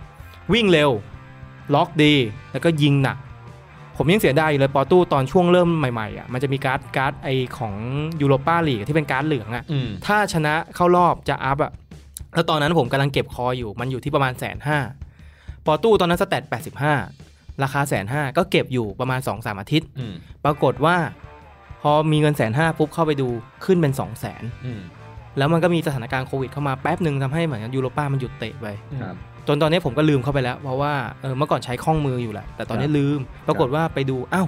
Speaker 2: วิ่งเร็ว ล็อกดี แล้วก็ยิงหนัก ผมยังเสียดายอยู่เลยปอตู้ตอนช่วงเริ่มใหม่ๆอ่ะมันจะมีการ์ดการ์ดไอของยูโรปาลีกที่เป็นการ์ดเหลืองอ่ะ
Speaker 1: อืม
Speaker 2: ถ้าชนะเข้ารอบจะอัพอะแล้วตอนนั้นผมกำลังเก็บคออยู่ มันอยู่ที่ประมาณแสนห้าปอตู้ตอนนั้นสแตท85 ราคาแสนห้าก็เก็บอยู่ประมาณ 2-3สามอาทิตย์
Speaker 1: อืม
Speaker 2: ปรากฏว่า พอมีเงินแสนห้าปุ๊บเข้าไปดูขึ้นเป็น 2 0 0แสน
Speaker 1: อืม
Speaker 2: แล้วมันก็มีสถานการณ์โควิดเข้ามาแป๊บหนึ่งทำให้เหมือนกันยูโรป้ามันหยุดเตะไป
Speaker 3: ครับ
Speaker 2: จนตอนนี้ผมก็ลืมเข้าไปแล้ว เพราะว่าเออเมื่อก่อนใช้ข้องมืออยู่แหละ แต่ตอนนี้ลืม ปรากฏว่าไปดูอ้าว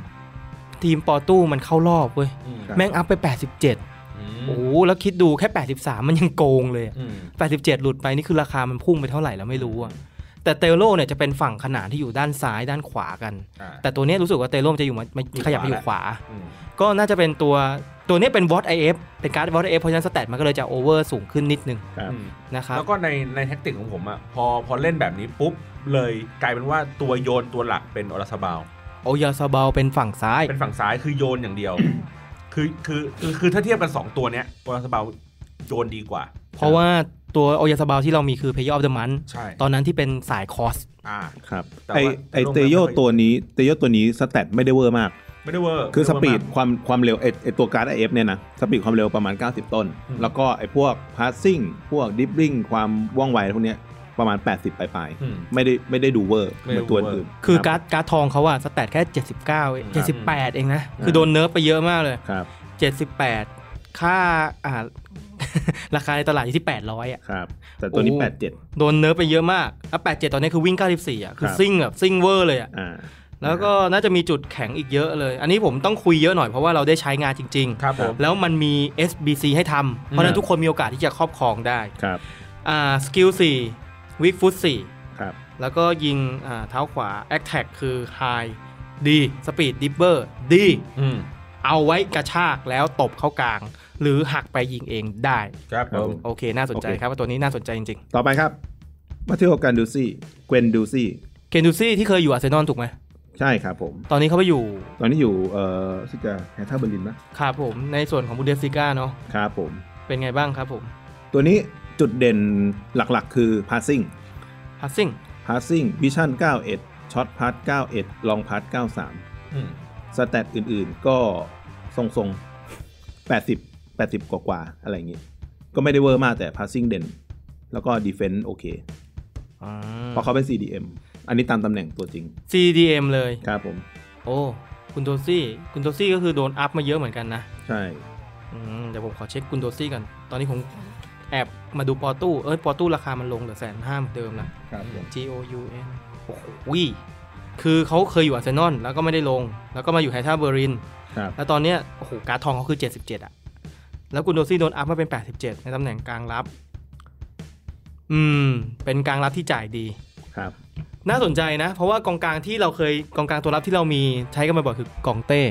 Speaker 2: ทีมปอตู้มันเข้ารอบเว้ย
Speaker 1: อืม
Speaker 3: ครับ
Speaker 2: แม่งอัพไป 87โอ้โหแล้วคิดดูแค่ 83 มันยังโกงเลยอะ
Speaker 1: อืม
Speaker 2: 87 หลุดไปนี่คือราคามันพุ่งไปเท่าไหร่แล้วไม่รู้อะแต่เตโลเนี่ยจะเป็นฝั่งขนานที่อยู่ด้านซ้ายด้านขวากัน
Speaker 1: อ่า
Speaker 2: แต่ตัวเนี้ยรู้สึกว่าเตโลมันจะอยู่มามา
Speaker 1: อยู่ขวา
Speaker 2: ขยับไปอยู่ขวา
Speaker 1: อืม
Speaker 2: ก็น่าจะเป็นตัวตัวเนี้ยเป็นวอตไอเอฟเป็นการ์ดวอตไอเอฟเพราะฉะนั้นสแตทมันก็เลยจะโอเวอร์สูงขึ้นนิดนึง
Speaker 3: ครับ
Speaker 1: อืม
Speaker 2: นะครับ
Speaker 1: แล้วก็ในในแท็กติกของผมอ่ะพอพอเล่นแบบนี้ปุ๊บ เลยกลายเป็นว่าตัวโยนตัวหลักเป็นอลาซาบาว
Speaker 2: โอยาซาบาเป็นฝั่งซ้าย
Speaker 1: เป็นฝั่งซ้ายคือโยนอย่างเดียว คือคือคือคือถ้าเทียบกัน 2 ตัวเนี้ยอลาซาบาวโยนดีกว่า
Speaker 2: เพราะว่าตัวโอยาซาบาที่เรามีคือเพย์ออฟเดอะมัน
Speaker 1: ใช่
Speaker 2: ตอนนั้นที่เป็นสายคอส
Speaker 1: อ่า
Speaker 3: ครับ
Speaker 1: แต่
Speaker 3: ไอ
Speaker 1: ว่า
Speaker 3: ไอ
Speaker 1: ลงไป
Speaker 3: เตโย
Speaker 1: ไม่ค่อย
Speaker 3: ตัวนี้เตโยตัวนี้สแตทไม่ได้เวอร์มาก
Speaker 1: ไม่ได้เวอร์
Speaker 3: คือส
Speaker 1: ไม่
Speaker 3: ปี
Speaker 1: ได้
Speaker 3: ด
Speaker 1: เวร์มาก
Speaker 3: ความความเร็วไอไอตัวการ์ดไอเอฟเนี่ยนะสปีดความเร็วประมาณ 90 ต้น
Speaker 1: อืม
Speaker 3: แล้วก็ไอพวกพาสซิ่งพวกดิฟลิงความว่องไวพวกเนี้ยประมาณ 80 ปลาย
Speaker 1: อืม
Speaker 3: ๆไม่ได้ไม่ได้ดูเวอร์เห
Speaker 1: ไม่ได้
Speaker 3: มือนตัวอื่น
Speaker 2: คือการ์ดการ์ดทองเขาอะสแตทแค่ 79เอง
Speaker 1: ครับ
Speaker 2: 78 เองนะคือโดนเนิร์ฟไปเยอะมากเลย
Speaker 3: ครับ
Speaker 2: 78 ค่าอ่า *laughs* ราคาในตลาดอยู่ที่ 800 อ่ะ
Speaker 3: ครับ แต่ตัวนี้
Speaker 2: โอ้
Speaker 3: 87
Speaker 2: โดนเนิร์ฟไปเยอะมากอ่ะ87 ตอนนี้คือวิ่ง 94 อ่ะ คือ
Speaker 3: ครับ
Speaker 2: ซิ่งแบบซิ่งเวอร์เลยอ่ะ
Speaker 3: อ่า
Speaker 2: แล้วก็น่าจะมีจุดแข็งอีกเยอะเลย อันนี้ผมต้องคุยเยอะหน่อยเพราะว่าเราได้ใช้งานจริง
Speaker 1: ครับผม
Speaker 2: ๆ แล้วมันมี SBC ให้ทำเพราะฉะนั้นทุกคนมีโอกาสที่จะครอบครองได้
Speaker 3: ครับ
Speaker 2: อ่าสกิล4วิกฟุต4
Speaker 3: ครับ
Speaker 2: แล้วก็ยิงอ่าเท้าขวา แอคแท็กคือ High ดี สปีดดิ i เบอร์ดี
Speaker 1: อืม
Speaker 2: เอาไว้กระชากแล้วตบเข้ากลาง หรือหักไปยิงเองได้
Speaker 1: ครับผม
Speaker 2: โอเค น่าสนใจครับว่าตัวนี้น่าสนใจจริง
Speaker 3: ต่อไปครับมาเทโอกันดูซี่เกวนดูซี่
Speaker 2: ๆเคนดูซี่ที่เคยอยู่อาร์เซนอลถูกไหม
Speaker 3: ใช่ครับผม
Speaker 2: ตอนนี้เขาไปอยู่
Speaker 3: ตอนนี้อยู่เอ่อซิกาแฮท่าเบอร์ลินนะ
Speaker 2: ครับผมในส่วนของบูเดสซิก้าเนาะ
Speaker 3: ครับผม
Speaker 2: เป็นไงบ้างครับผม
Speaker 3: ตัวนี้จุดเด่นหลักๆ คือ passing
Speaker 2: ฮัสซิ่ง
Speaker 3: passing vision 91 shot pass 91 long pass 93
Speaker 1: อืม
Speaker 3: สแตทอื่นๆก็ทรงๆ 80 80 กว่าๆ อะไรอย่างงี้ ก็ไม่ได้เวอร์มากแต่ passing เด่น แล้วก็ defense โอเค เพราะเขาเป็น CDM อันนี้ตามตำแหน่งตัวจริง
Speaker 2: CDM เลย
Speaker 3: ครับผม
Speaker 2: โอ้ คุณโดซี่ คุณโดซี่ก็คือโดนอัพมาเยอะเหมือนกันนะ
Speaker 3: ใช่
Speaker 2: อืมเดี๋ยวผมขอเช็คคุณโดซี่กัน ตอนนี้ผมแอบมาดูปอตู้ เอ้ยปอตู้ราคามันลงเหลือแสนห้าเหมือนเดิมละ
Speaker 3: ครับผม
Speaker 2: G O U N โอ้โหคือเขาเคยอยู่อาร์เซนอลแล้วก็ไม่ได้ลง แล้วก็มาอยู่ไฮท่าเบอร์ลิน
Speaker 3: ครับ
Speaker 2: แล้วตอนเนี้ยโอ้โหการ์ดทองเขาคือ 77 อ่ะ แล้วกุนโดซี่โดนอัพมาเป็น 87 ในตำแหน่งกลางรับ อืม เป็นกลางรับที่จ่ายดี
Speaker 3: ครับ
Speaker 2: น่าสนใจนะ เพราะว่ากองกลางที่เราเคยกองกลางตัวรับที่เรามีใช้กันมาบ่อยคือกองเต้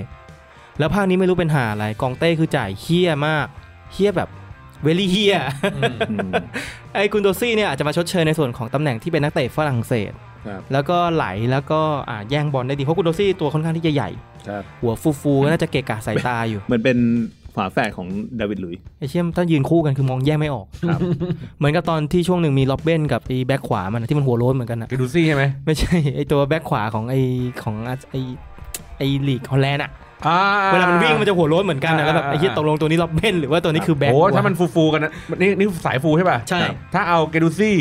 Speaker 2: แล้วภาคนี้ไม่รู้เป็นหาอะไรกองเต้คือจ่ายเฮี้ยมากเฮี้ยแบบเวลี่เฮี้ย
Speaker 3: อืม
Speaker 2: ไอ้กุนโดซี่เนี่ยอาจจะมาชดเชยในส่วนของตำแหน่งที่เป็นนักเตะฝรั่งเศส
Speaker 3: *laughs* ครับ
Speaker 2: แล้วก็ไหลแล้วก็อ่าแย่งบอลได้ดีเพราะกุนโดซี่ตัวค่อนข้างที่จะใหญ่
Speaker 3: ครับ
Speaker 2: หัวฟูๆก็น่าจะเกะกะสายตาอยู่
Speaker 3: มันเป็นฝาแฝดของเดวิดหลุยส์
Speaker 2: ไอเชี่ยมถ้ายืนคู่กันคือมองแยกไม่ออก
Speaker 3: ครับ
Speaker 2: เหมือนกับตอนที่ช่วงหนึ่งมีล็อบเบนกับไอ้แบ็คขวามันอะที่มันหัวโล้นเหมือนกันนะ
Speaker 1: คือดูซี่ใช่ไหม
Speaker 2: ไม่ใช่ *laughs* ไอตัวแบ็คขวาของไอของไอ้ไอลีกฮอลแลนด์อะ
Speaker 1: อ่า
Speaker 2: เวลามันวิ่งมันจะหัวโล้นเหมือนกันนะ
Speaker 1: อ่า
Speaker 2: แล้วแบบไอเชี่ย
Speaker 1: อ่า
Speaker 2: ตกลงตัวนี้ล็อบเบนหรือว่าตัวนี้คือแบ็ค
Speaker 1: โอ้
Speaker 2: วะ
Speaker 1: ถ้ามันฟูๆกันนะนี่นี่สายฟูใช่ป่ะ
Speaker 2: ใช่
Speaker 1: ครับถ้าเอาเกดูซี่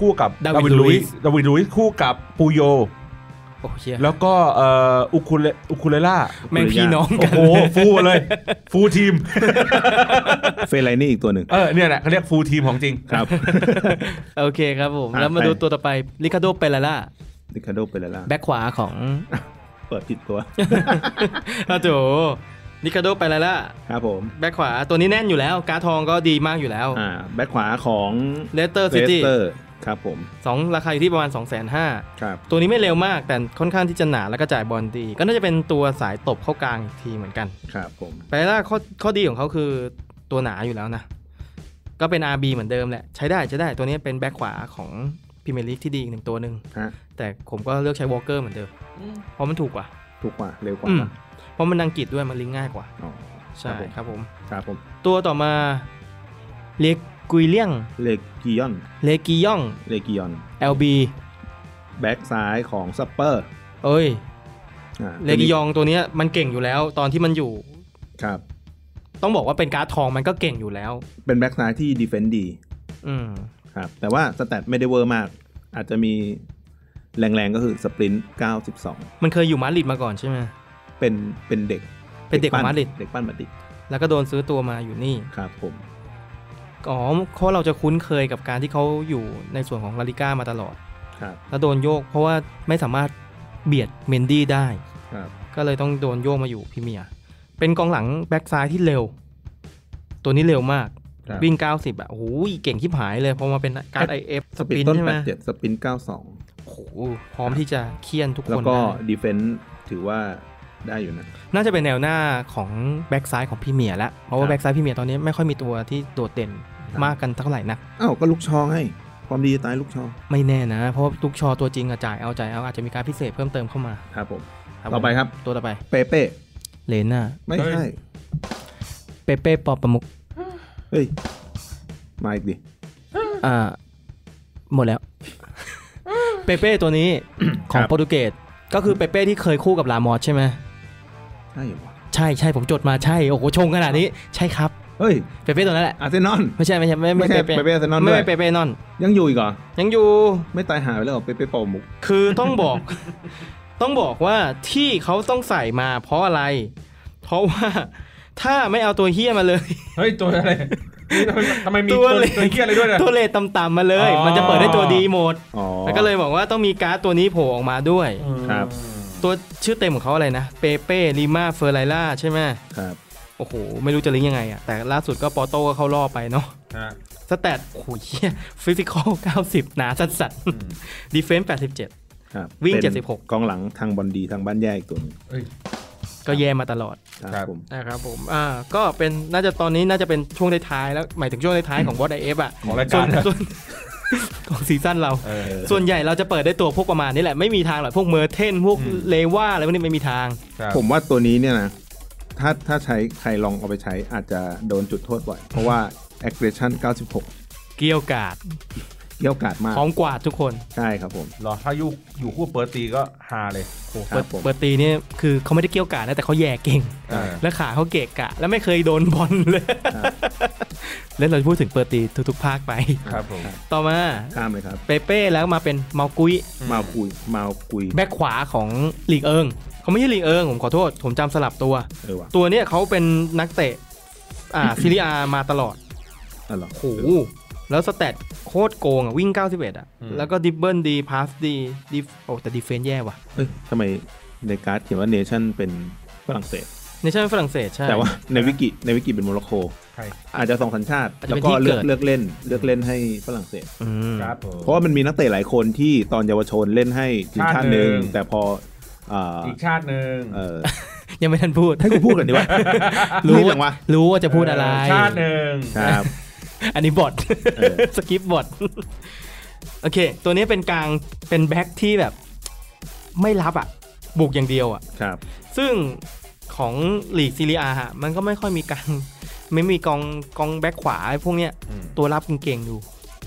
Speaker 1: คู่กับ
Speaker 2: ดาวิดลุยส์
Speaker 1: ดาวิดลุยส์คู่กับปูโย
Speaker 2: โอ้เชี่ย
Speaker 1: แล้วก็เอ่ออุคุเลอุคุเล
Speaker 2: *laughs*
Speaker 1: ล่า
Speaker 2: แม่งพี่น้อง
Speaker 1: โอ้
Speaker 2: กัน
Speaker 1: โหฟูมาเลย ฟูทีม *laughs*
Speaker 3: เฟรไลนี่อีกตัวหนึ่ง
Speaker 1: เออเนี่ยแหละเขาเรียกฟูทีมของจริง
Speaker 3: ครับ *laughs*
Speaker 2: โอเคครับผม
Speaker 3: อ่ะ
Speaker 2: แล้วมาดู
Speaker 3: ไป
Speaker 2: ตัวต่อไปลิคาโดเปเลล่า
Speaker 3: ริคาร์โดเปเรล่า
Speaker 2: แบ็คขวา
Speaker 1: *laughs*
Speaker 2: ของ
Speaker 3: เปิดผิดตัว
Speaker 2: อาโจลิคาโดเปเลล่า
Speaker 3: ครับผม
Speaker 2: แบ็คขวาตัวนี้แน่นอยู่แล้ว การดทองก็ดีมากอยู่แล้ว
Speaker 3: อ่า แบ็คขวาของ
Speaker 2: เลสเตอร์ซิตี้
Speaker 3: เตอร์ ครับผม
Speaker 2: สองราคาอยู่ที่ประมาณ2องแสนห้า
Speaker 3: ครับ
Speaker 2: ตัวนี้ไม่เร็วมากแต่ค่อนข้างที่จะหนาแล้วก็จ่ายบอลดี ก็น่าจะเป็นตัวสายตบเข้ากลางอีกทีเหมือนกัน
Speaker 3: ครับผม
Speaker 2: ไปล่าข้อข้อดีของเขาคือตัวหนาอยู่แล้วนะ ก็เป็น RB เหมือนเดิมแหละ ใช้ได้ใช้ได้ตัวนี้เป็นแบ็คขวาของพรีเมียร์ลีกที่ดีอีกหนึ่งตัวหนึ่ง
Speaker 3: ฮะ
Speaker 2: แต่ผมก็เลือกใช้วอลเกอร์เหมือนเดิม เพราะมันถูกกว่า
Speaker 3: ถูกกว่า เร็วกว่า
Speaker 2: อืมเพราะมันอังกฤษด้วยมันลิงก์ง่ายกว่า
Speaker 3: อ๋อ
Speaker 2: ใช่
Speaker 3: ครับผม
Speaker 2: ครับผม
Speaker 3: ครับผม
Speaker 2: ตัวต่อมาเลกุยเลียง
Speaker 3: เลกิยอน
Speaker 2: เลกิย่อง
Speaker 3: เลกิยอน
Speaker 2: LB
Speaker 3: แบ็คซ้ายของซัปเปอร์
Speaker 2: เอ้ย
Speaker 3: อ่า
Speaker 2: เลกิยองตัวเนี้ยมันเก่งอยู่แล้วตอนที่มันอยู่
Speaker 3: ครับ
Speaker 2: ต้องบอกว่าเป็นการ์ดทองมันก็เก่งอยู่แล้ว
Speaker 3: เป็นแบ็คซ้ายที่ดีเฟนด์ดี
Speaker 2: อืม
Speaker 3: ครับ แต่ว่าสแตทไม่ได้เวอร์มาก อาจจะมีแรงๆ ก็คือสปรินต์92
Speaker 2: มันเคยอยู่มาดริดมาก่อนใช่ไหม
Speaker 3: เป็น เป็นเด็ก
Speaker 2: เป็นเด็กของมาดริด
Speaker 3: เด็กปั้นมาดริด
Speaker 2: แล้วก็โดนซื้อตัวมาอยู่นี่
Speaker 3: ครับผม
Speaker 2: อ๋อเพราะเราจะคุ้นเคยกับการที่เขาอยู่ในส่วนของลาลิก้ามาตลอด
Speaker 3: ครับ
Speaker 2: แล้วโดนโยก เพราะว่าไม่สามารถเบียดเมนดี้ได้
Speaker 3: ครับ
Speaker 2: ก็เลยต้องโดนโยกมาอยู่พรีเมียร์เป็นกองหลังแบ็กซ้ายที่เร็ว ตัวนี้เร็วมาก
Speaker 3: ครับ
Speaker 2: วิ่ง 90 อ่ะโอ้โหเก่งที่หายเลยพอมาเป็นการไอเอฟส
Speaker 3: สปริ
Speaker 2: ปิ
Speaker 3: น
Speaker 2: น
Speaker 3: ต์ต้น
Speaker 2: ใช่ไหม
Speaker 3: 87สปรินต์92
Speaker 2: โอ้โหพร้อมที่จะเคี่ยนทุกคน
Speaker 3: แล้ว
Speaker 2: ได
Speaker 3: ก็
Speaker 2: ้
Speaker 3: ดีเฟนต์ถือว่าได้อยู่นะ
Speaker 2: น่าจะเป็นแนวหน้าของแบ็กซ้ายของพรีเมียร์แล้วเพราะ
Speaker 3: ครั
Speaker 2: ว่า
Speaker 3: บ
Speaker 2: แบ็กซ้ายพรีเมียร์ตอนนี้ไม่ค่อยมีตัวที่โดดเด่นมากกันเท่าไหร่นัก
Speaker 3: อ้าว ก็ลูกชอให้ ความดีจะตายลูกชอ
Speaker 2: ไม่แน่นะ เพราะว่าลูกชอตัวจริงอะจ่ายเอาจ่ายเอาอาจจะมีการพิเศษเพิ่มเติมเข้ามา
Speaker 3: ครับผม
Speaker 2: ครับ
Speaker 3: ต่อไปครับ
Speaker 2: ตัวต่อไป
Speaker 3: เปเป้
Speaker 2: เลน่า
Speaker 3: ไม่
Speaker 1: เฮ้
Speaker 3: ใช่
Speaker 1: ย
Speaker 2: เปเป้ปอประมุก
Speaker 3: เฮ้ย มาอีกดิ
Speaker 2: อ่าหมดแล้ว *laughs* เปเป้ตัว
Speaker 3: *coughs*
Speaker 2: นี้ ของ
Speaker 3: ครับ
Speaker 2: โปรตุเกสก็คือเปเป้ที่เคยคู่กับลามอสใช่ไหม
Speaker 3: ใช่เหรอวะ
Speaker 2: ใช่ใช่ผมจดมาใช่ โอ้โหชงขนาดนี้ ใช่ครับ
Speaker 3: เฮ้ย
Speaker 2: เปเป้ตัวนั้นแหละ
Speaker 3: อาร์เซนอล
Speaker 2: ไม่ใช่ไม่ใช่ไม่
Speaker 3: ไม่ใช่
Speaker 2: ไม่เป
Speaker 3: เปเป้
Speaker 2: เป้
Speaker 3: อาร์เซนอลด้
Speaker 2: ไม่
Speaker 3: วย
Speaker 2: ใช่เปเป้นอน
Speaker 3: ยังอยู่อีกเหรอ
Speaker 2: ยังอยู่
Speaker 3: ไม่ตายหาไปแล้วเหรอเปเป้เปาหมุก
Speaker 2: คือต้องบอก *laughs* ต้องบอกว่าที่เขาต้องใส่มาเพราะอะไร เพราะว่าถ้าไม่เอาตัวเฮี้ยมาเลย *laughs*
Speaker 1: เฮ้ย ตัวอะไรทำไมมี
Speaker 2: ตั
Speaker 1: ตัว ว
Speaker 2: เล็ก
Speaker 1: ตัวเกียอะไรด้วยนะ
Speaker 2: ตัวเลทต่ำๆมาเลย
Speaker 1: อ๋อ
Speaker 2: มันจะเปิดได้ตัวดีหมด
Speaker 3: อ๋อ
Speaker 2: แล้วก็เลยบอกว่าต้องมีการ์ดตัวนี้โผล่ออกมาด้วย
Speaker 3: ครับ
Speaker 2: ตัวชื่อเต็มของเขาอะไรนะ เปเป้ลิมาเฟอร์ไลล่าใช่ไหม
Speaker 3: ครับ
Speaker 2: โอ้โห ไม่รู้จะลิงก์ยังไงอะแต่ล่าสุดก็ปอโต้ก็เข้ารอบไปเนาะ
Speaker 1: ฮะ
Speaker 2: สแตทโอ้โหเหี้ยฟิสิกอล 90 หนาสัสสัสดีเฟนส์87
Speaker 3: ครับ
Speaker 2: วิ่ง
Speaker 3: เป็น
Speaker 2: 76
Speaker 3: กองหลังทางบอลดีทางบ้านแย่อีกตัวหนึง
Speaker 1: เอ้ย
Speaker 2: ก็แย่มาตลอด
Speaker 3: ครับ
Speaker 1: ครับ
Speaker 3: ผม
Speaker 2: นะครับผมอ่าก็เป็นน่าจะตอนนี้น่าจะเป็นช่วงท้ายๆแล้วหมายถึงช่วงท้ายๆของบอสไอเอฟอะ
Speaker 1: ของราย
Speaker 2: ส่
Speaker 1: กาว ร
Speaker 2: นส่วน *laughs* ของซีซั่นเรา
Speaker 1: เออ
Speaker 2: ส่วนใหญ่เราจะเปิดได้ตัวพวกประมาณนี้แหละ ไม่มีทางหรอกพวกเมอร์เทน พวก
Speaker 1: อืม
Speaker 2: เลว่าอะไรพวกนี้ไม่มีทาง
Speaker 1: ครับ
Speaker 3: ผมว่าตัวนี้เนี่ยนะ ถ้าถ้าใช้ใครลองเอาไปใช้อาจจะโดนจุดโทษบ่อย เพราะว่า aggression 96
Speaker 2: เกรี่ยวกราด
Speaker 3: เกี่ยวกาดมาก
Speaker 2: พร้อมกวาดทุกคน
Speaker 3: ใช่ครับผม
Speaker 1: รอถ้าอยู่อยู่คู่กับเปิร์ตีก็ฮาเลย
Speaker 2: โอ้โห
Speaker 3: ครั
Speaker 2: เปิ
Speaker 3: บ
Speaker 2: ด
Speaker 3: ผม
Speaker 2: เปิดตีเนี่ยคือเขาไม่ได้เกรี่ยวกราดนะแต่เขาแย่เก่ง
Speaker 1: เออ
Speaker 2: และขาเขาเกะกะ และไม่เคยโดนบอลเลย
Speaker 3: ครับ
Speaker 2: แล้วเราจะพูดถึงเปิดตีทุกๆภาคไป
Speaker 1: ครับผม
Speaker 2: ต่อมา
Speaker 3: ข้ามเลยครับ
Speaker 2: เปเป้แล้วมาเป็นเมากุย
Speaker 1: อืม
Speaker 3: มาคุยมาคุย
Speaker 2: แบ็คขวาของลีกเอิง เขาไม่ใช่ลีกเอิงผมขอโทษ ผมจำสลับตัว
Speaker 3: เออว่ะ
Speaker 2: ตัวเนี้ยเขาเป็นนักเตะ อ่า *coughs* ซีเรียมาตลอด
Speaker 3: อ่ะเหรอ
Speaker 2: โอ้โหแล้วสแตทโคตรโกงอ่ะ วิ่ง 91 อ่ะ
Speaker 1: อืม
Speaker 2: แล้วก็ดิบเบิลดี พาสดีดีโอ้แต่ดีเฟนแย่ว่ะ
Speaker 3: เอ้ยทำไมในการ์ดเขียนว่าเนชั่นเป็นฝรั่งเศส
Speaker 2: ในชาติฝรั่งเศสใช่
Speaker 3: แต่ว่าในวิกิในวิกิเป็นโมร็อกโก
Speaker 1: ใคร
Speaker 3: อาจจะสองสัญชาติ
Speaker 2: อาจจะ
Speaker 3: แล้ว
Speaker 2: เป็น
Speaker 3: ก็
Speaker 2: ที่เกิ
Speaker 3: เลือก
Speaker 2: ด
Speaker 3: เลือกเล่นเลือกเล่นให้ฝรั่งเศส
Speaker 2: อืม
Speaker 1: ครับผม
Speaker 3: เพราะว่ามันมีนักเตะหลายคนที่ตอนเยาวชนเล่นให้ทีมชา
Speaker 1: ชาติ
Speaker 3: ติหนึ่ง
Speaker 1: หนึ่ง
Speaker 3: แต่พออ่า
Speaker 1: อีกชาติหนึ่ง
Speaker 3: เออ
Speaker 2: ยังไม่ทันพูด *laughs*
Speaker 3: ให้กูพูดกันดีวะ
Speaker 2: รู้
Speaker 3: รีบจังวะ
Speaker 2: รู้ว่าจะพูดอะไร
Speaker 1: ชาติหนึ่ง
Speaker 3: ครับ
Speaker 2: อันนี้บอท
Speaker 3: เออ
Speaker 2: *laughs* สกิปบอทโอเค ตัวนี้เป็นกลางเป็นแบ็คที่แบบไม่รับอ่ะ บุกอย่างเดียวอ่ะ
Speaker 3: ครับ
Speaker 2: ซึ่งของลีกซีเรียฮะมันก็ไม่ค่อยมีกลาง *laughs* ไม่มีกองกองแบ็คขวาไอ้พวกเนี้ย ตัวรับเก่งๆอยู่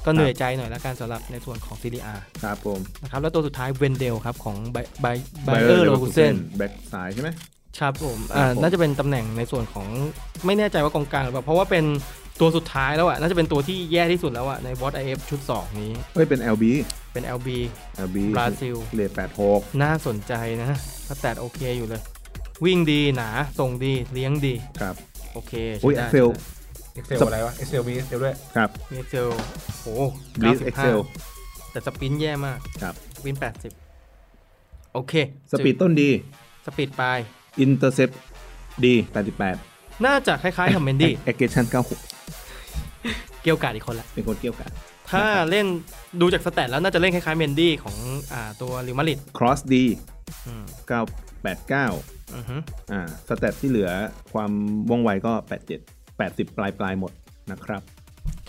Speaker 2: ก็เหนื่อยใจหน่อยละกันสำหรับในส่วนของซีเรีย
Speaker 3: ครับผม
Speaker 2: นะครับแล้วตัวสุดท้ายเวนเดลครับของไบไบไบเออร์โลกูเซน
Speaker 3: แบ็กซ้ายใช่ไหม
Speaker 2: ครับผมอ่า
Speaker 3: ครับผม
Speaker 2: น่าจะเป็นตำแหน่งในส่วนของไม่แน่ใจว่ากองกลางหรือเปล่าเพราะว่าเป็นตัวสุดท้ายแล้วอ่ะน่าจะเป็นตัวที่แย่ที่สุดแล้วอ่ะในวอตไอเอฟชุด 2 นี้
Speaker 3: เอ้ยเป็น LB
Speaker 2: เป็น LB
Speaker 3: LB
Speaker 2: บราซิล
Speaker 3: เลทแปดหก
Speaker 2: น่าสนใจนะถ้าแตดโอเคอยู่เลย วิ่งดีหนาส่งดีเลี้ยงดี
Speaker 3: ครับ
Speaker 2: โอเค
Speaker 3: โอ้ย
Speaker 2: ใช้ได้
Speaker 3: Excel
Speaker 1: เอ็กเซลอะไรวะเอ็กเซลมีเอ็กเซลด้วย
Speaker 3: ครับ
Speaker 2: มีเอ็กเซลโอ้
Speaker 3: บลิสเอ็กเซล
Speaker 2: 95แต่สปรินต์แย่มาก
Speaker 3: ครับ
Speaker 2: สปรินต์80 โอเค
Speaker 3: สปีดต้นดี
Speaker 2: สปีดปลาย
Speaker 3: อินเตอร์เซปดี88
Speaker 2: น่าจะคล้ายๆกับเมนดี้
Speaker 3: แอคเกชั่น96
Speaker 2: เกี่ยวกาดอีกคนละ
Speaker 3: เป็นคนเกี่ยวกัน
Speaker 2: ถ้าเล่นดูจากสแตทแล้วน่าจะเล่นคล้ายๆเมนดี้ของอ่าตัวริวมาริด
Speaker 3: ครอสดี
Speaker 2: อืม
Speaker 3: 989
Speaker 2: อือฮึ
Speaker 3: อ่าสเตตที่เหลือความว่องไวก็ 87 80 ปลายปลายๆหมดนะครับ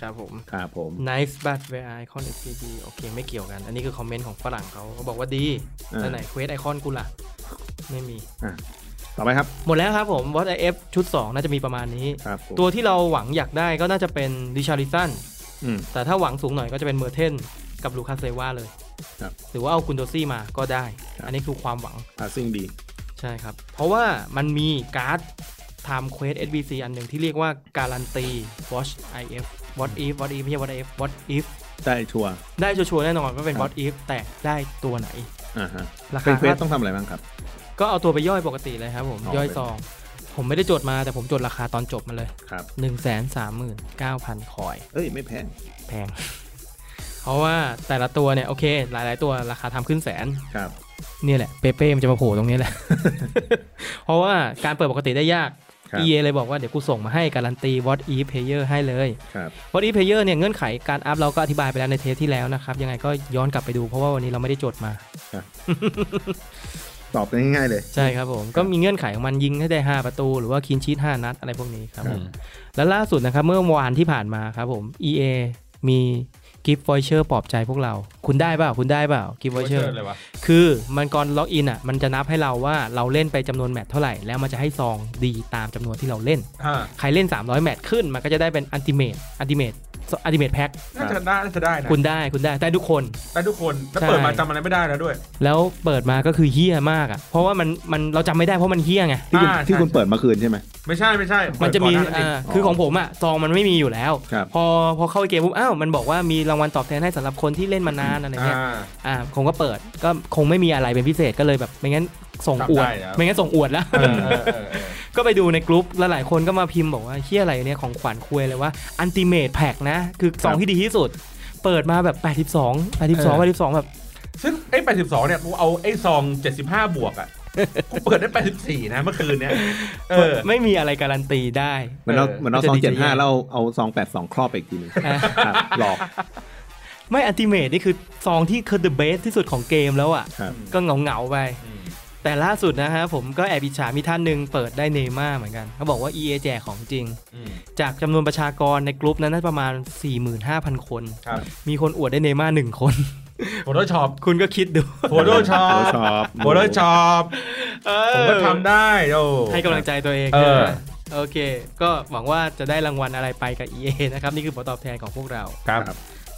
Speaker 2: ครับผม
Speaker 3: ครับผม
Speaker 2: Nice but where icon is d โอเคไม่เกี่ยวกัน อันนี้คือคอมเมนต์ของฝรั่งเขาเขาบอกว่าดี
Speaker 3: อ่า
Speaker 2: แต่ไหนเควสไอคอนกูล่ะ ไม่มี
Speaker 3: อ่ะต่อไปครับ
Speaker 2: หมดแล้วครับผมวอตไอเอฟชุด 2 น่าจะมีประมาณนี้
Speaker 3: ครับผม
Speaker 2: ตัวที่เราหวังอยากได้ก็น่าจะเป็นดิชาริสัน
Speaker 3: อืม
Speaker 2: แต่ถ้าหวังสูงหน่อยก็จะเป็นเมอร์เทนกับลูคัสเลวาเลย
Speaker 3: ครับ
Speaker 2: หรือว่าเอาคุณโดซี่มาก็ได้
Speaker 3: ครับ
Speaker 2: อันนี้คือความหวัง
Speaker 3: พาสซิ่งดี
Speaker 2: ใช่ครับ เพราะว่ามันมีการ์ดไทม์เควส SBC อันหนึ่งที่เรียกว่าการันตี Watch IF What if What if ไม่ใช่ What if What if
Speaker 3: ได้ชัวร์
Speaker 2: ได้ชัวร์ๆแน่นอนว่าเป็น What if แต่ได้ตัวไหน
Speaker 3: อ่าฮะ
Speaker 2: ราคา
Speaker 3: เป็นเควสต้องทำอะไรบ้างครับ
Speaker 2: ก็เอาตัวไปย่อยปกติเลยครับผม
Speaker 3: อ๋อ
Speaker 2: ย่อยซอง ผมไม่ได้จดมาแต่ผมจดราคาตอนจบมาเลย
Speaker 3: ครับ
Speaker 2: 1 3 9 0 0 0 คอย
Speaker 3: เอ้ย ไม่แพง
Speaker 2: แพง *laughs* เพราะว่าแต่ละตัวเนี่ยโอเค หลายๆตัวราคาทำขึ้นแสน
Speaker 3: ครับ
Speaker 2: เนี่ยแหละเปเป้มันจะมาโผล่ตรงนี้แหละ *laughs* เพราะว่าการเปิดปกติได้ยาก
Speaker 3: ครับ
Speaker 2: EA เลยบอกว่าเดี๋ยวกูส่งมาให้การันตี What If Player ให้เลย
Speaker 3: ครับ
Speaker 2: What If Player เนี่ยเงื่อนไขการอัพเราก็อธิบายไปแล้วในเทปที่แล้วนะครับ ยังไงก็ย้อนกลับไปดูเพราะว่าวันนี้เราไม่ได้จดมา
Speaker 3: ตอบกันง่ายๆเลย
Speaker 2: ใช่ครับผม ก็มีเงื่อนไขของมันยิงให้ได้ 5 ประตู หรือว่าคินชีต5นัดอะไรพวกนี้ครับผมแล้วล่าสุดนะครับ เมื่อวานที่ผ่านมาครับผม EA มีกิฟต์วอยเชอร์ปลอบใจพวกเรา คุณได้เปล่าคุณได้เปล่ากิฟต์วอยเชอร์
Speaker 1: เลยวะ
Speaker 2: คือมันก่อนล็อกอินอ่ะมันจะนับให้เราว่าเราเล่นไปจำนวนแมตช์เท่าไหร่ แล้วมันจะให้ซองดีตามจำนวนที่เราเล่น
Speaker 1: อ่า
Speaker 2: ใครเล่น 300 แมตช์ขึ้น มันก็จะได้เป็นอันติเมตอันติเมตอันติเมตแพ็ค
Speaker 1: น่าจะได้น่าจะได้นะ
Speaker 2: คุณได้คุณได้ได้ทุกคน
Speaker 1: ได้ทุกคน แล้ว
Speaker 2: ใช่
Speaker 1: เปิดมาจำอะไรไม่ได้แล้วด้วย
Speaker 2: แล้วเปิดมาก็คือเฮี้ยมากอ่ะ เพราะว่ามันมันเราจำไม่ได้เพราะมันเฮี้ยไง
Speaker 3: ที่คุณ
Speaker 1: อ่า
Speaker 3: ที่คุณ
Speaker 1: ใช่
Speaker 3: เปิดเมื่อคืนใช่ไหม
Speaker 1: ไม่ใช่ไม่ใช่
Speaker 2: มันจะมี
Speaker 1: เปิดก่อหา
Speaker 2: อ่าคือของผมอ่ะซองมันไม่มีอยู่แล้ว
Speaker 3: ครับ
Speaker 2: พอพอเข้าเกมปุ๊บอ้าวมันบอกว่ามีรางวัลตอบแทนให้สำหรับคนที่เล่นมานานอะไร
Speaker 1: อ่า
Speaker 2: เงี้ยอ่าคงก็เปิดก็คงไม่มีอะไรเป็นพิเศษก็เลยแบบไม่งั้นส่งอวด
Speaker 1: จำได้แล้ว
Speaker 2: ไม่งั้นส่งอวดแล้ว
Speaker 1: เออเออเออเออ
Speaker 2: ก็ไปดูในกลุ่มแล้วหลายคนก็มาพิมพ์บอกว่าเฮียอะไรเนี่ยของขวัญคุยเลยว่าอันติเม e แพ็กนะ คือซองที่ดีที่สุด เปิดมาแบบ 82 82 82 แบบ
Speaker 1: ซึ่งไอ้82เนี่ยกูเอาไอ้ซอง 75 บวกอ่ะกูเปิดได้ 84 นะเมื่อคืนเนี้ยเออ
Speaker 2: ไม่มีอะไรการันตีได้
Speaker 3: เหมันเอา
Speaker 1: เออ
Speaker 3: เหมันเอา
Speaker 2: มันจะ
Speaker 3: ซอง
Speaker 2: ดี
Speaker 3: เจ็ด
Speaker 2: จะแย่
Speaker 3: ห้าแล้วเอาซองแปดสองครอบไปอีกทีหนึง
Speaker 2: อ่ะ
Speaker 3: ครับหลอก
Speaker 2: ไม่อันติเม e นี่คือซองที่คือ the best ที่สุดของเกมแล้วอ่ะ
Speaker 3: ครับ
Speaker 2: ก็เหงาเหงาๆไป
Speaker 1: อืม
Speaker 2: แต่ล่าสุดนะฮะผมก็แอบอิจฉามีท่านหนึ่งเปิดได้เนม่าเหมือนกัน เขาบอกว่า EA แจกของจริง
Speaker 1: อืม
Speaker 2: จากจำนวนประชากรในกลุ่มนั้นน่าจะประมาณ 45,000 คน
Speaker 1: ครับ
Speaker 2: มีคนอวดได้เนม่าหนึ่งคน *laughs*
Speaker 1: โฟโต้ช็อป
Speaker 2: คุณก็คิดดู
Speaker 1: โฟโต้ช็อป
Speaker 3: โฟโต้ช็อป
Speaker 1: โฟโต้ช็อปผมก็
Speaker 2: เออ
Speaker 1: ทำได้โอ้
Speaker 2: ให้กำลังใจตัวเอง
Speaker 1: เออ
Speaker 2: ใช่ไหมโอเค ก็หวังว่าจะได้รางวัลอะไรไปกับ EA นะครับ นี่คือผลตอบแทนของพวกเรา
Speaker 1: ครับ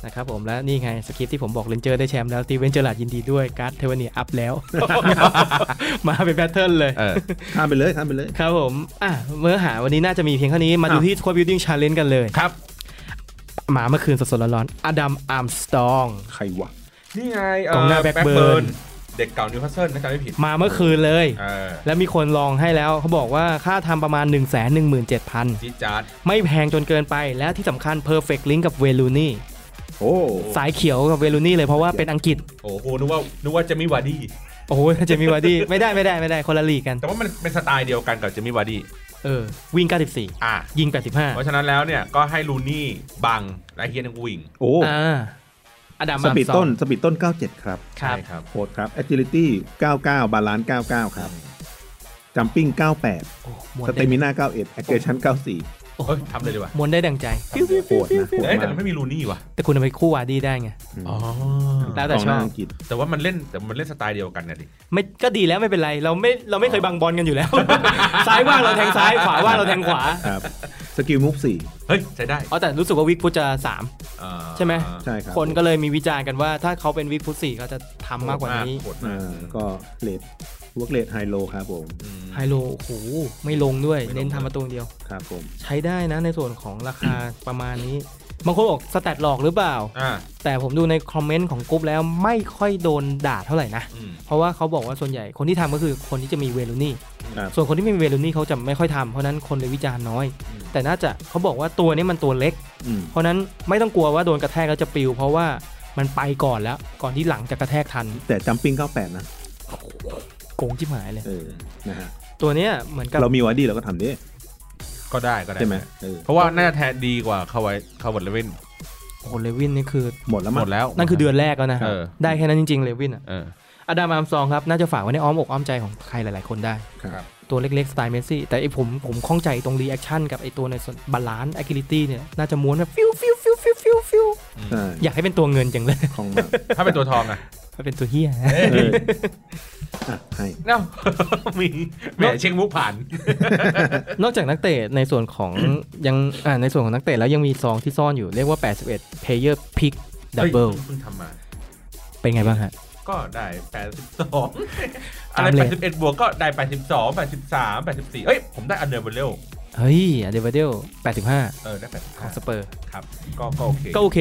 Speaker 2: นะครับผมและนี่ไงสคริปต์ที่ผมบอกเลนเจอร์ได้แชมป์แล้วตีเวนเจอร์ลาดยินดีด้วยการ์ดเทวเนียอัพแล้ว *laughs* มาเป็นแพทเทิร์นเลย
Speaker 1: เออ
Speaker 3: ข้ามไปเลยข้ามไปเลย
Speaker 2: ครับผมอ่ะเมื่อหาวันนี้น่าจะมีเพียงเท่านี้มาดู
Speaker 1: อ่ะ
Speaker 2: ที่ Squad Building Challenge กันเลย
Speaker 1: ครับ
Speaker 2: หมาเมื่อคืนสดๆร้อนๆอดัมอาร์มสตอง
Speaker 3: ใครวะ
Speaker 1: นี่ไง
Speaker 2: กองหน้า Blackburn
Speaker 1: เด็กเก่านิวคาสเซิลนะจำไม่ผิด
Speaker 2: มาเมื่อคืนเลย
Speaker 1: เออ
Speaker 2: แล้วมีคนลองให้แล้วเขาบอกว่าค่าทำประมาณ 1 1 7 0 0
Speaker 1: จีดจาร์ด
Speaker 2: 0 ไม่แพงจนเกินไปและที่สำคัญ Perfect Link กับเวลูนี่
Speaker 3: โอ้
Speaker 2: สายเขียวกับเวลูนี่เลยเพราะว่าเป็นอังกฤษ
Speaker 1: โอ้โหนึกว่านึกว่าเจะมีวาร์ดี้
Speaker 2: โอ้ยเจมี่วาร์ดี้ *laughs* ไม่ได้ไม่ได้ไม่ได้คนละลีกกัน
Speaker 1: แต่ว่ามันเป็นสไตล์เดียวกันกับเจมี่วาร์ดี้
Speaker 2: เออ วิ่ง
Speaker 1: อ่ะ
Speaker 2: 94 ยิง 85
Speaker 1: เพราะฉะนั้นแล้วเนี่ยก็ให้ลูนี่บังและเฮียนงวิ่ง
Speaker 3: โอ้
Speaker 2: อ่าอดัม
Speaker 3: สปีดต้น
Speaker 2: อัมซ
Speaker 3: สปีดต้น 97 ครับ
Speaker 2: องครั
Speaker 1: ใช่
Speaker 2: บ
Speaker 1: ครับ
Speaker 3: โหดครับ agility 99 balance 99 ครับ jumping 98
Speaker 2: โอ้หมวนได้
Speaker 3: stamina 91 aggression 94
Speaker 2: โอ้
Speaker 1: เฮ้ยทำเลยดีกว่า
Speaker 2: หมวนได้ดังใจ
Speaker 3: โหดนะโหด
Speaker 1: เอ้ยแต่
Speaker 3: มาก
Speaker 1: มันไม่มีลูนี่ว่ะ
Speaker 2: แต่คุณเอาไปคู่วาร์ดี้ได้ไง
Speaker 1: อ๋อ
Speaker 2: แล้วแต่
Speaker 3: ของ
Speaker 2: ชอ
Speaker 3: หน้า
Speaker 2: บ
Speaker 3: อังกฤษ
Speaker 1: แต่ว่ามันเล่นแต่มันเล่นสไตล์เดียวกันนะดิ
Speaker 2: ไม่ก็ดีแล้วไม่เป็นไร เราไม่เราไม่เคยบังบอลกันอยู่แล้ว *laughs* ซ้ายว่างเราแทงซ้ายขวาว่างเราแทงขวา
Speaker 3: ครับสกิลมูฟ
Speaker 1: เฮ้ยใช้ได้
Speaker 2: อ๋อแต่รู้สึกว่าวิกพุทธจะสาม
Speaker 1: อ่า
Speaker 2: ใช่ไหม
Speaker 3: 4ใช่ครับ
Speaker 2: คนก็เลยมีวิจารณ์กันว่าถ้าเขาเป็นวิกพุทธสี่เขาจะทำมากกว่านี้
Speaker 1: โหดมาก
Speaker 3: อ่าก็เลด work rate high low ครับผม
Speaker 1: อืม
Speaker 2: ไฮโลโอ้โหไม่ลงด้วย
Speaker 1: ไม่ลง
Speaker 2: เน้นทำประตูอย่างเดียว
Speaker 3: ครับผม
Speaker 2: ใช้ได้นะในส่วนของราคา *coughs* ประมาณนี้ บางคนบอกสแตทหลอกหรือเปล่า
Speaker 1: อ่า
Speaker 2: แต่ผมดูในคอมเมนต์ของกรุ๊ปแล้วไม่ค่อยโดนด่าเท่าไหร่นะ
Speaker 1: อืม
Speaker 2: เพราะว่าเขาบอกว่าส่วนใหญ่คนที่ทำก็คือคนที่จะมีเวลูนี่
Speaker 3: ครับ
Speaker 2: ส่วนคนที่ไม่มีเวลูนี่เขาจะไม่ค่อยทำเพราะฉะนั้นคนเลยวิจารณ์น้อย
Speaker 1: อืม
Speaker 2: แต่น่าจะเขาบอกว่าตัวนี้มันตัวเล็ก
Speaker 3: อืม
Speaker 2: เพราะฉะนั้นไม่ต้องกลัวว่าโดนกระแทกแล้วจะปลิว เพราะว่ามันไปก่อนแล้วก่อนที่หลังจะกระแทกทัน
Speaker 3: แต่ jumping 98 นะ
Speaker 2: โกงชิบหายเลย
Speaker 3: เออนะฮะ
Speaker 2: ตัวเนี้ยเหมือนกับ
Speaker 3: เรามีวัดดีเราก็ทำดิ
Speaker 1: ก็ได้ก็ได้
Speaker 3: ใช่ไหมเออ
Speaker 1: เพราะว่าน่าจะแทนดีกว่าคาวายคาวเลเว่น
Speaker 2: โอ้โหเลวินนี่คือ
Speaker 3: หมดแล้ว
Speaker 1: ห
Speaker 3: มั้
Speaker 1: ม
Speaker 3: ง
Speaker 1: ดแล้ว
Speaker 2: นั่นคือเดือนแรกแล้วนะ
Speaker 1: เออ
Speaker 2: ได้แค่นั้นจริงๆเลวินอะ
Speaker 1: เออ
Speaker 2: อดัมอามซองครับน่าจะฝากไว้ในอ้อมอกอ้อมใจของใครหลายๆคนได้
Speaker 3: ครับ
Speaker 2: ตัวเล็กๆ สไตล์เมสซี่ แต่ไอผมผมข้องใจตรงรีแอคชั่นกับไอตัวในส่วนบาลานซ์แอคทิลิตี้เนี่ย น่าจะม้วนแบบฟิวฟิวฟิวฟิวฟิวฟิว
Speaker 3: ใช่
Speaker 2: อยากให้เป็นตัวเงินจังเลย *laughs*
Speaker 3: ของมาก
Speaker 1: ถ้าเป็นตัวทองอ่ะ
Speaker 2: ถ้าเป็นตัวเฮีย *laughs*
Speaker 1: เอ้ย
Speaker 3: เอออ่ะให้
Speaker 1: เนาะ *laughs* มีแหมเช็คมุกผ่าน
Speaker 2: นอกจากนักเตะในส่วนของ ยังอ่าในส่วนของนักเตะแล้วยังมีซองที่ซ่อนอยู่เรียกว่า 81 player pick double
Speaker 1: เฮ้ยเพิ่งทำมา
Speaker 2: เป็นไงบ้างฮะ
Speaker 1: ก็ได้82อะไร
Speaker 2: *laughs* ตามเลท
Speaker 1: 81บวกก็ได้82 83 84เอ้ย ผมได้อันเดอร์เบลเล
Speaker 2: เฮ้ยอเดวาเดล85
Speaker 1: เออ ได้
Speaker 2: ของส
Speaker 1: 85
Speaker 2: เปอร์
Speaker 1: ครับ ก็ก็โอเค
Speaker 2: ก็โอเค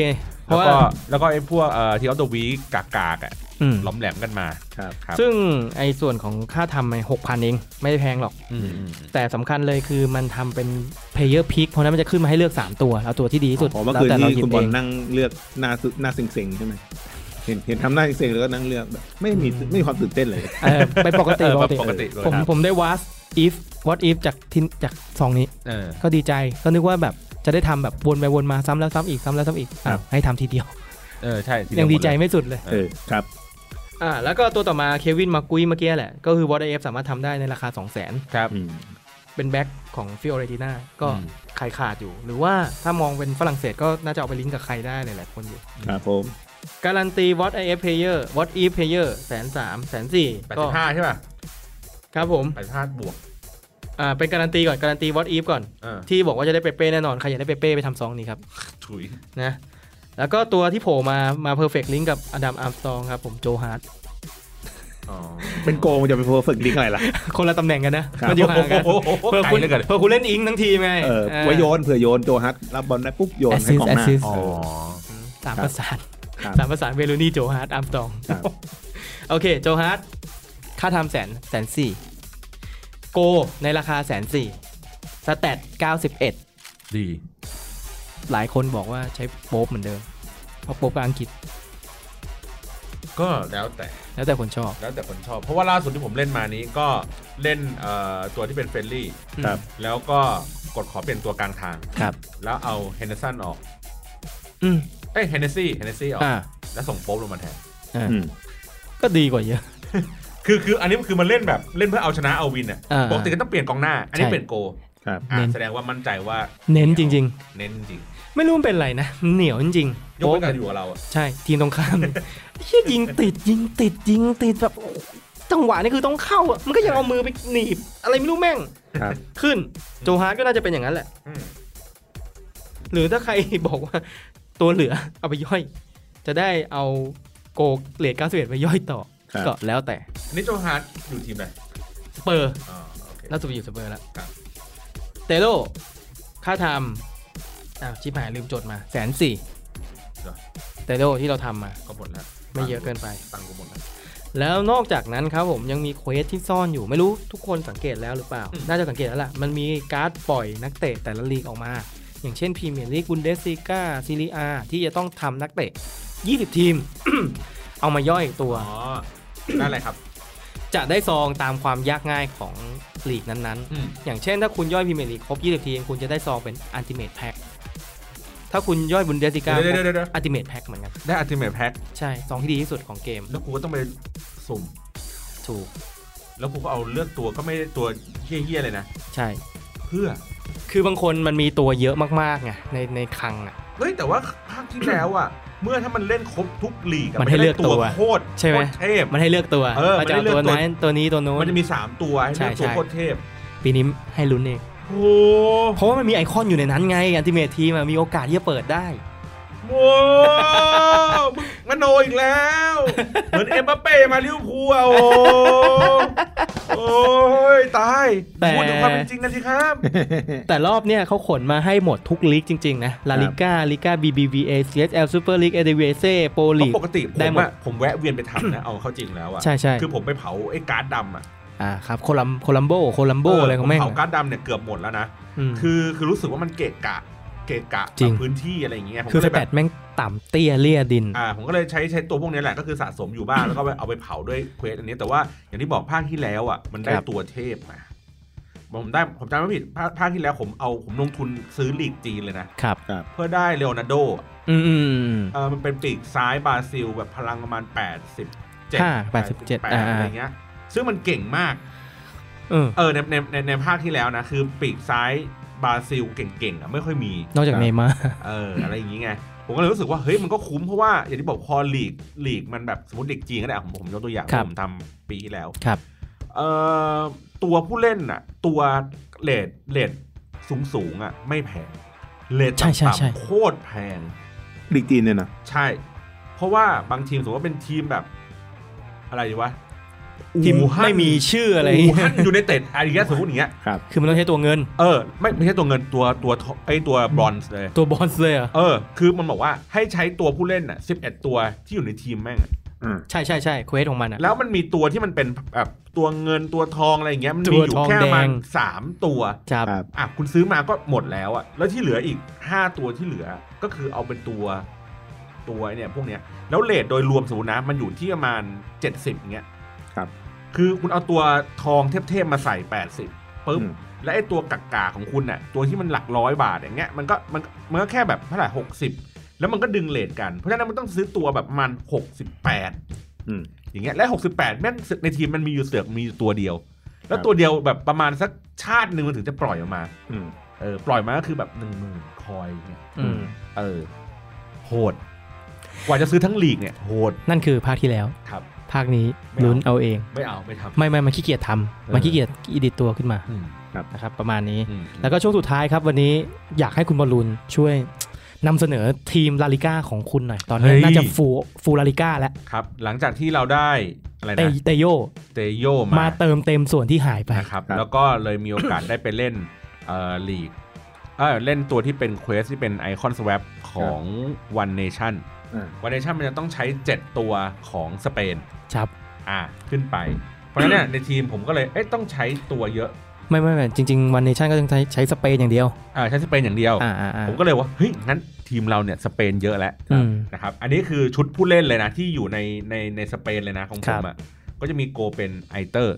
Speaker 2: เพ
Speaker 1: แล้ว
Speaker 2: ราะว่า
Speaker 1: ก็แล้วก็ไอ้พวกเอ่อทีออฟตัววีกากากๆอ่ะ
Speaker 2: อืม
Speaker 1: หล้อมแหลมกันมา
Speaker 3: ครับ
Speaker 1: ครับ
Speaker 2: ซึ่งไอส่วนของค่าทำไอ6,000 เอง ไม่ได้แพงหรอก
Speaker 1: อืมอืมอืม
Speaker 2: แต่สำคัญเลยคือมันทำเป็น player pick เพราะฉะนั้นมันจะขึ้นมาให้เลือก 3 ตัว เอาตัวที่ดีที่สุด
Speaker 3: อ๋อเมื่อ
Speaker 2: แล้ว
Speaker 3: คืน
Speaker 2: แต่เรา
Speaker 3: ที่
Speaker 2: หยิ
Speaker 3: คุ
Speaker 2: บ
Speaker 3: ณบ
Speaker 2: เอ
Speaker 3: อล
Speaker 2: ง
Speaker 3: นั่งเลือกหน้าหน้าเซ็งๆใช่ไหมเห็นเห็นทำหน้าเซ็งๆแล้วก็นั่งเลือกแบบไม่มีไม่มีความตื่นเต้นเลย
Speaker 2: เออไปปกติ
Speaker 1: เออ
Speaker 2: ปกติ
Speaker 1: ปกติ
Speaker 2: ผมผมได้ what if what if จากทินจากซองนี้
Speaker 1: เออ
Speaker 2: ก็ดีใจก็นึกว่าแบบจะได้ทำแบบวนไปวนมาซ้ำแล้วซ้ำอีกซ้ำแล้วซ้ำอีก
Speaker 3: ครั
Speaker 2: อ้าว
Speaker 3: บ
Speaker 2: ให้ทำทีเดียว
Speaker 1: เออ ใช่ทีเว
Speaker 2: ยังดีใจ
Speaker 1: หม
Speaker 2: ไม่สุดเลย
Speaker 3: เออครับ
Speaker 2: อ่า แล้วก็ตัวต่อมาเควินมากุยเมื่อกี้แหละ ก็คือ what if สามารถทำได้ในราคา 2 0 0 0 0
Speaker 1: ครับ
Speaker 3: อืม
Speaker 2: 0เป็นแบ็คของฟิโอเรติน่าก็
Speaker 1: อืม
Speaker 2: ขายขาดอยู่ หรือว่าถ้ามองเป็นฝรั่งเศสก็น่าจะเอาไปลิงก์กับใครได้หลายๆคนอยู่
Speaker 3: ครับผม
Speaker 2: การันตี What IF Player What If Player แสนสามแสนสี่ก็
Speaker 1: 85 ใช่ป่ะ
Speaker 2: ครับผม
Speaker 1: 85บวก
Speaker 2: อ่าเป็นการันตีก่อนการันตี What If ก่อน
Speaker 1: เออ
Speaker 2: ที่บอกว่าจะได้เปเป้แน่นอน ใครอยากได้เปเป้ไปทำซองนี้ครับ
Speaker 1: ถุย
Speaker 2: นะแล้วก็ตัวที่โผล่มา มา Perfect Link กับอดัมอาร์มสตองครับผมโจฮาร์ด
Speaker 1: อ๋อ
Speaker 3: เป็นโกงมันจะไปเพอร์เฟกต์ดิ้งอะไรล่ะ
Speaker 2: *laughs* คนละตำแหน่งกันนะ
Speaker 3: ครับ
Speaker 2: มันอยู่ห่างกัน
Speaker 1: โอ้โห
Speaker 2: เพื่อคุณ
Speaker 1: ไกลหลืเกิน
Speaker 2: เพื่อคุณเล่นอิงทั้งทีมไง
Speaker 3: เออไว้โยนเผื่อโยนโจฮัทรับบอลได้ปุ๊บโยนให้กองหน้า
Speaker 1: อ๋อ
Speaker 2: สามประสาน
Speaker 3: ครับ
Speaker 2: สามประสานเวลูนี่โจฮาร์ดอาร์มสตอง
Speaker 3: ครับ
Speaker 2: โอเคโจฮาร์ดค่าทำแสนแสนสี่โกในราคาแสนสี่สแตทเก้าสิบเอ็ด
Speaker 1: ดี
Speaker 2: หลายคนบอกว่าใช้โป๊ปเหมือนเดิม เพราะโป๊ปกับอังกฤษ
Speaker 1: ก็แล้วแต่
Speaker 2: แล้วแต่คนชอบ
Speaker 1: แล้วแต่คนชอบ เพราะว่าล่าสุดที่ผมเล่นมานี้ก็เล่นเอ่อตัวที่เป็นเฟรนลี่
Speaker 3: ครับ
Speaker 1: แล้วก็กดขอเปลี่ยนตัวกลางทาง
Speaker 2: ครับ
Speaker 1: แล้วเอาเฮนเดอร์สันออก
Speaker 2: อืม
Speaker 1: เอ้ยเฮนเดอร์ซี่เฮนเดอร์ซี่ออก
Speaker 2: อ่า
Speaker 1: แล้วส่งโป๊ปลงมาแทน
Speaker 2: อ่า
Speaker 3: อืม
Speaker 2: ก็ดีกว่าเยอะ
Speaker 1: คือคืออันนี้คือมันเล่นแบบเล่นเพื่อเอาชนะเอาวินอ่ะ
Speaker 2: อ่า
Speaker 1: ปกติก็ต้องเปลี่ยนกองหน้า อันนี้
Speaker 2: ใช่
Speaker 1: เปลี่ยนโก
Speaker 3: ครับ
Speaker 1: อ่ะ
Speaker 2: เน้น
Speaker 1: แสดงว่ามั่นใจว่า
Speaker 2: เน้นจริง
Speaker 1: เน้นจริง
Speaker 2: ๆ ไม่รู้มันเป็นไรนะ เหนียวจริงๆ
Speaker 1: ยก
Speaker 2: โป๊ป
Speaker 1: เว้นการอยู่กับเราอะ
Speaker 2: ใช่ทีมตรงข้ามเฮียยิงติดยิงติดยิงติดแบบโอ้โหจังหวะนี่คือต้องเข้าอ่ะมันก็ยังเอามือไปหนีบ อะไรไม่รู้แม่ง
Speaker 3: ครับ
Speaker 2: ขึ้นโจฮาร์ดก็น่าจะเป็นอย่างนั้นแหละ
Speaker 1: อืม
Speaker 2: หรือถ้าใคร บอกว่าตัวเหลือเอาไปย่อย จะได้เอาโกเลด91ไปย่อยต่อ
Speaker 3: ครับ
Speaker 2: ก็แล้วแต่
Speaker 1: อันนี้โจฮาร์ดอยู่ทีมไหน
Speaker 2: สเปอร์
Speaker 1: อ๋อโอเค
Speaker 2: ล่าสุดไปอยู่สเปอร์แล้ว
Speaker 1: ครับ
Speaker 2: เตโลค่าทำอ้าวชิบหายลืมจดมาแสนสี่เตโลที่เราทำมา
Speaker 1: ก็หมดแล้ว
Speaker 2: ไม่เยอะเกินไป
Speaker 1: ตังค์กูหมดแล้ว
Speaker 2: แล้วนอกจากนั้นครับผมยังมีเควสที่ซ่อนอยู่ไม่รู้ทุกคนสังเกตแล้วหรือเปล่า
Speaker 1: อืม
Speaker 2: น่าจะสังเกตแล้วล่ะ มันมีการ์ดปล่อยนักเตะแต่ละลีกออกมา อย่างเช่นพรีเมียร์ลีกบุนเดสซีกาซีเรียที่จะต้องทำนักเตะ 20 ทีม *coughs* เอามาย่อยตัว
Speaker 1: อ๋อนั่นแหละครับ
Speaker 2: จะได้ซองตามความยากง่ายของลีกนั้น
Speaker 1: อืม
Speaker 2: ๆ อย่างเช่นถ้าคุณย่อยพรีเมียร์ลีกครบ 20 ทีม คุณจะได้ซองเป็นอันติเมทแพ็คถ้าคุณย่อยบุนเดสซีกา
Speaker 1: เดี๋ยวเดี๋ยวเดี๋ยวเดี๋ยว
Speaker 2: อันติเมทแพ็คเหมือนกัน
Speaker 1: ได้อัลติเมทแพ็ค
Speaker 2: ใช่ซองที่ดีที่สุดของเกม
Speaker 1: แล้วกูก็ต้องไปสุ่ม
Speaker 2: ถูก
Speaker 1: แล้วกูก็เอาเลือกตัวก็ไม่ได้ตัวเฮี้ยๆเลยนะ
Speaker 2: ใช่
Speaker 1: เพื่อ
Speaker 2: คือบางคนมันมีตัวเยอะมากๆไงในในคลังอ่ะ
Speaker 1: เฮ้ยแต่ว่าภาคที่แล้ว
Speaker 2: *coughs*
Speaker 1: อ่ะ เมื่อถ้ามันเล่นครบทุกลีกอะ
Speaker 2: มันให้เลือกตัว
Speaker 1: โคตร
Speaker 2: ใช่ไหม
Speaker 1: โคตรเทพ
Speaker 2: มันให้เลือกตัว
Speaker 1: เออ
Speaker 2: ว่าจะ
Speaker 1: มันให้
Speaker 2: เอา
Speaker 1: เลือก
Speaker 2: ตัว
Speaker 1: ตัว
Speaker 2: นั้นตัวนี้ตัวโน้
Speaker 1: มัน นจะมี 3 ตัวให้เลือก
Speaker 2: ใช่
Speaker 1: ตัว
Speaker 2: ใช่
Speaker 1: โคตรเทพ
Speaker 2: ปีนี้ให้ลุ้นเอง
Speaker 1: โอ้
Speaker 2: เพราะว่ามันมีไอคอนอยู่ในนั้นไงอันติเมทีมันมีโอกาสที่จะเปิดได้
Speaker 1: โหมึงมโนอีกแล้ว เหมือนเอ็มบัปเป้มาลิเวอร์พูลอะโอ้โอ้ยตาย
Speaker 2: แต่
Speaker 1: พูดถึงความเป็นจริงกันสิครับ
Speaker 2: แต่รอบเนี้ยเขาขนมาให้หมดทุกลีกจริง ๆ นะลาลิก้าลิก้า BBVA CSL Super League ADVC Pro
Speaker 1: เพราะ
Speaker 2: League
Speaker 1: ปกติผ
Speaker 2: ได้
Speaker 1: ม
Speaker 2: หมด
Speaker 1: อะผมแวะเวียนไปทำนะ เอาเข้าจริงแล้วอะ
Speaker 2: ใช่ใช่
Speaker 1: คือผมไปเผาไอ้การ์ดดำอะ
Speaker 2: อ่าครับโคลัมโคลัมโบโคลัมโบอะไรของแม่ง
Speaker 1: ผเผาการ์ดดำเนี่ยเกือบหมดแล้วนะ
Speaker 2: อืม
Speaker 1: คือคือรู้สึกว่ามันเกะกะ เกะกะ
Speaker 2: จริง
Speaker 1: กับพื้นที่อะไรอย่างเงี้ยผม
Speaker 2: คือ
Speaker 1: ก็
Speaker 2: ส
Speaker 1: เลย
Speaker 2: แต
Speaker 1: แบบ
Speaker 2: ทแม่งต่ำเตี้ยเลี่ยดิน
Speaker 1: อ่าผมก็เลยใช้ใช้ตัวพวกนี้แหละก็คือสะสมอยู่บ้าง แล้วก็ไปเอาไปเผาด้วยเควสอันนี้แต่ว่าอย่างที่บอกภาคที่แล้วอ่ะมันได้
Speaker 2: ครับ
Speaker 1: ตัวเทพมาผมได้ผมจำไม่ผิดภาคภาคที่แล้วผมเอาผมลงทุนซื้อลีกจีนเลยนะ
Speaker 2: ครับ
Speaker 1: เพื่อได้เลโอนาร์โด
Speaker 2: อืมอืมอืม
Speaker 1: เออมันเป็นปีกซ้ายบราซิล แบบพลังประมาณ 87
Speaker 2: ห้า87
Speaker 1: 88อะไรเงี้ยซึ่งมันเก่งมาก
Speaker 2: เออ
Speaker 1: เออในในในในภาคที่แล้วนะคือปีกซ้ายบราซิลเก่งๆอ่ะไม่ค่อยมี
Speaker 2: นอกจากเนย์มาร์
Speaker 1: เอออะไรอย่างงี้ไง ผมก็เลยรู้สึกว่าเฮ้ยมันก็คุ้มเพราะว่าอย่างที่บอกพอลีกลีกมันแบบสมมติเด็กจีนก็ได้อ่ะผมผมยกตัวอย่าง
Speaker 2: ครับ
Speaker 1: ผมทำปีที่แล้ว
Speaker 2: ครับ
Speaker 1: เอ่อตัวผู้เล่นอ่ะ ตัวเลดเลดสูงสูงๆอ่ะไม่แพงเลด
Speaker 2: ใช่ใช่ใช่
Speaker 1: ต่ำๆโคตรแพง
Speaker 3: ลีกจีนเนี่ยนะ
Speaker 1: ใช่ เพราะว่าบางทีมสมมติว่าเป็นทีมแบบ อะไรดีวะ
Speaker 2: ทีม
Speaker 1: อู่ฮั่น
Speaker 2: ไม่มีชื่ออะไร
Speaker 1: อู่ฮั่นอยู่ในเต็ดอะไรอย่างเงี้ยสมมติอย่างเงี้ย
Speaker 3: ครับ
Speaker 2: คือมันต้องใช้ตัวเงิน
Speaker 1: เออไม่ไม่ใช่ตัวเงินตัวตัวไอยตัวบรอนซ์เลย
Speaker 2: ตัวบอลเลยเหรอ่ะ
Speaker 1: เออ คือมันบอกว่าให้ใช้ตัวผู้เล่นอ่ะ 11 ตัวที่อยู่ในทีมแม่งอะ
Speaker 3: อืม
Speaker 2: ใช่ใช่ใช่เควสของมันอ่ะ
Speaker 1: แล้วมันมีตัวที่มันเป็นแบบตัวเงินตัวทองอะไรอย่างเงี้ย มันมีอยู่
Speaker 2: ตัวทอง
Speaker 1: แค่ประมาณ
Speaker 2: แดง
Speaker 1: สามตัว
Speaker 2: ครับ
Speaker 3: ครับ
Speaker 1: อ่ะ คุณซื้อมาก็หมดแล้วอ่ะ แล้วที่เหลืออีก 5 ตัวที่เหลือ ก็คือเอาเป็นตัวตัวไอ้เนี่ย พวกเนี้ย แล้วเลทโดยรวมสมมตินะ มันอยู่ที่ประมาณ 70เงี้ย
Speaker 3: ครับ
Speaker 1: คือคุณเอาตัวทองเทพๆมาใส่ 80ปึ๊บ
Speaker 3: อืม
Speaker 1: และไอ้ตัวกักกาของคุณน่ะ ตัวที่มันหลักร้อยบาทอย่างเงี้ย มันก็มันมันก็แค่แบบเท่าไหร่หกสิบแล้วมันก็ดึงเลทกัน เพราะฉะนั้นมันต้องซื้อตัวแบบประมันหกสิบแปด
Speaker 3: อืม
Speaker 1: อย่างเงี้ยและ 68 แม่งในทีมมันมีอยู่เสือกมีอยู่ตัวเดียว แล้ว
Speaker 3: ครับ
Speaker 1: ตัวเดียวแบบประมาณสักชาติหนึ่งมันถึงจะปล่อยออกมา
Speaker 3: อืม
Speaker 1: เออปล่อยมาก็คือแบบหนึ่งหมื่นคอยอย่างเนี่ย
Speaker 2: อืม
Speaker 1: เออโหด กว่าจะซื้อทั้งลีกเนี่ยโหด
Speaker 2: นั่นคือภาคที่แล้ว
Speaker 1: ครับ
Speaker 2: ภาคนี้
Speaker 1: ไม่เอา
Speaker 2: ลุ้นเอาเอง
Speaker 1: ไม่เอาไม่ทำ
Speaker 2: ไม่ไม่มันขี้เกียจ
Speaker 1: อ
Speaker 2: ทำ
Speaker 1: อ
Speaker 2: มันขี้เกียจอีดิตตัวขึ้นมา
Speaker 1: อืม
Speaker 2: นะครับประมาณนี้
Speaker 1: อืม
Speaker 2: แล้วก็ช่วงสุดท้ายครับวันนี้อยากให้คุณบอลลูนช่วยนำเสนอทีมลาลิก้าของคุณหน่อย ตอนนี้น่าจะฟูฟูลาลิก้าแล้ว
Speaker 1: ครับ หลังจากที่เราได้อะไร
Speaker 2: เต
Speaker 1: นะ
Speaker 2: เตโย
Speaker 1: เตโย
Speaker 2: มา
Speaker 1: มา
Speaker 2: เติมเต็มส่วนที่หายไป
Speaker 1: นะครับ
Speaker 3: ครับ
Speaker 1: แล้วก็เลยมีโอกาสได้ไปเล่น *coughs* เอ่อลีกเออเล่นตัวที่เป็นเควสที่เป็นไอคอนสว p ของ One Nation
Speaker 3: อ่า
Speaker 1: One Nation มันจะต้องใช้ 7 ตัวของสเปน
Speaker 2: ครับ
Speaker 1: อ่าขึ้นไป เพราะฉะนั้นเนี่ยในทีมผมก็เลยเอ๊ะต้องใช้ตัวเยอะ
Speaker 2: ไม่ไม่ไม่จริงๆวันเนชั่นก็ต้องใช้ใช้สเปนอย่างเดียว
Speaker 1: อ่าใช้สเปนอย่างเดียว
Speaker 2: อ่าอ่าอ่า
Speaker 1: ผมก็เลยว่าเฮ้ยงั้นทีมเราเนี่ยสเปนเยอะแล้ว
Speaker 2: อืม
Speaker 1: นะครับอันนี้คือชุดผู้เล่นเลยนะที่อยู่ในในในสเปนเลยนะของผ
Speaker 2: ครั
Speaker 1: ม
Speaker 2: บ
Speaker 1: อ่ะก็จะมีโกเป็นไอเตอร์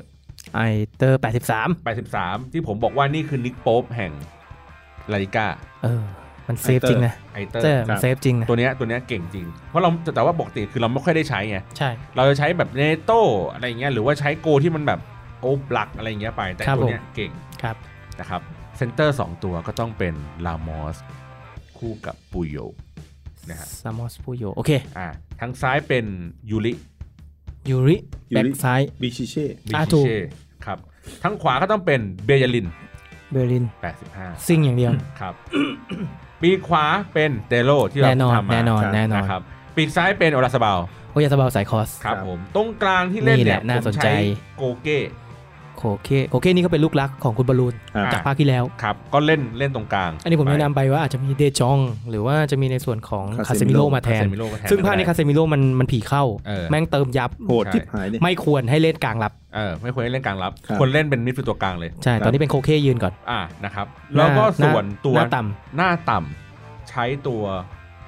Speaker 2: ไอเตอร์แปดสิบสาม
Speaker 1: 83 ที่ผมบอกว่านี่คือนิกโป๊ปแห่งลาลิก้า
Speaker 2: เออ มันเซฟ
Speaker 3: Hunter
Speaker 2: จริงนะ
Speaker 1: ไอเตอร์
Speaker 2: เจอมันเซฟจริงนะ
Speaker 1: ตัวเนี้ยตัวเนี้ยเก่งจริง เพราะเราแต่ว่าปกติคือเราไม่ค่อยได้ใช้ไง
Speaker 2: ใช่
Speaker 1: เราจะใช้แบบเนโตอะไรอย่างเงี้ยหรือว่าใช้โกที่มันแบบโอบลักอะไรอย่างเงี้ยไปแต่
Speaker 2: ครับ
Speaker 1: ตัวเนี้ยเก่ง
Speaker 2: ครับ
Speaker 1: นะครับเซนเตอร์ 2 ตัวก็ต้องเป็นลามอสคู่กับปุยโยนะฮะ
Speaker 2: ซามอสปูโย โอเค
Speaker 1: อ่าทางซ้ายเป็นยูริ
Speaker 2: ยูริ
Speaker 3: ยูริ
Speaker 2: แบ็กซ้าย
Speaker 3: บิชิเช่
Speaker 1: มิ
Speaker 2: อ่าถู
Speaker 1: ชิ
Speaker 2: ก
Speaker 1: เช่ครับทางขวาก็ต้องเป็นเบียลิน
Speaker 2: เบอร์ลิน
Speaker 1: 85
Speaker 2: ซิ่งอย่างเดียว
Speaker 1: ครับ *coughs* ปีกขวาเป็นเตโลที่ *laughs* เรา
Speaker 2: แน่นอน
Speaker 1: ทำมา
Speaker 2: แน่นอน แน่นอน
Speaker 1: นะครับปีกซ้ายเป็นโอราสบาล
Speaker 2: โอยาสบาวสายคอส
Speaker 1: ครับผม ตรงกลางที่เล่น
Speaker 2: นี่แห
Speaker 1: เนี่
Speaker 2: ละ
Speaker 1: ย
Speaker 2: น่า
Speaker 1: ผม
Speaker 2: สนใจ
Speaker 1: ช้โกเก้
Speaker 2: โคเคโคเคนี่ก็เป็นลูกรักของคุณบอลลูน
Speaker 3: อ่า
Speaker 2: จากภาคที่แล้ว
Speaker 1: ครับ ก็เล่นเล่นตรงกลาง
Speaker 2: อันนี้ผมแนะนำไปว่าอาจจะมีเดจอง หรือว่าจะมีในส่วนของคาเซมิโล
Speaker 3: Casemiro
Speaker 2: มาแท
Speaker 1: ค
Speaker 2: น
Speaker 1: เซมิโร่ก็แทน
Speaker 2: ซึ่งภาค
Speaker 1: ไม่
Speaker 2: ใน
Speaker 1: ได้
Speaker 2: คาเซมิโลมันมันผีเข้า
Speaker 1: เออ
Speaker 2: แม่งเติมยับ
Speaker 3: โหดทิบหายเนี่ย
Speaker 2: ไม่ควรให้เล่นกลางรับ
Speaker 1: เออไม่ควรให้เล่นกลางรับ
Speaker 3: ครับ
Speaker 1: ควรเล่นเป็นมิดฟิลด์ตัวกลางเลย
Speaker 2: ใช่ ตอนนี้เป็นโคเคยืนก่อน
Speaker 1: อ่านะครับ แล้วก็
Speaker 2: หา
Speaker 1: ส่วนตัว
Speaker 2: หน้าต่
Speaker 1: หน้าต่ำใช้ตัว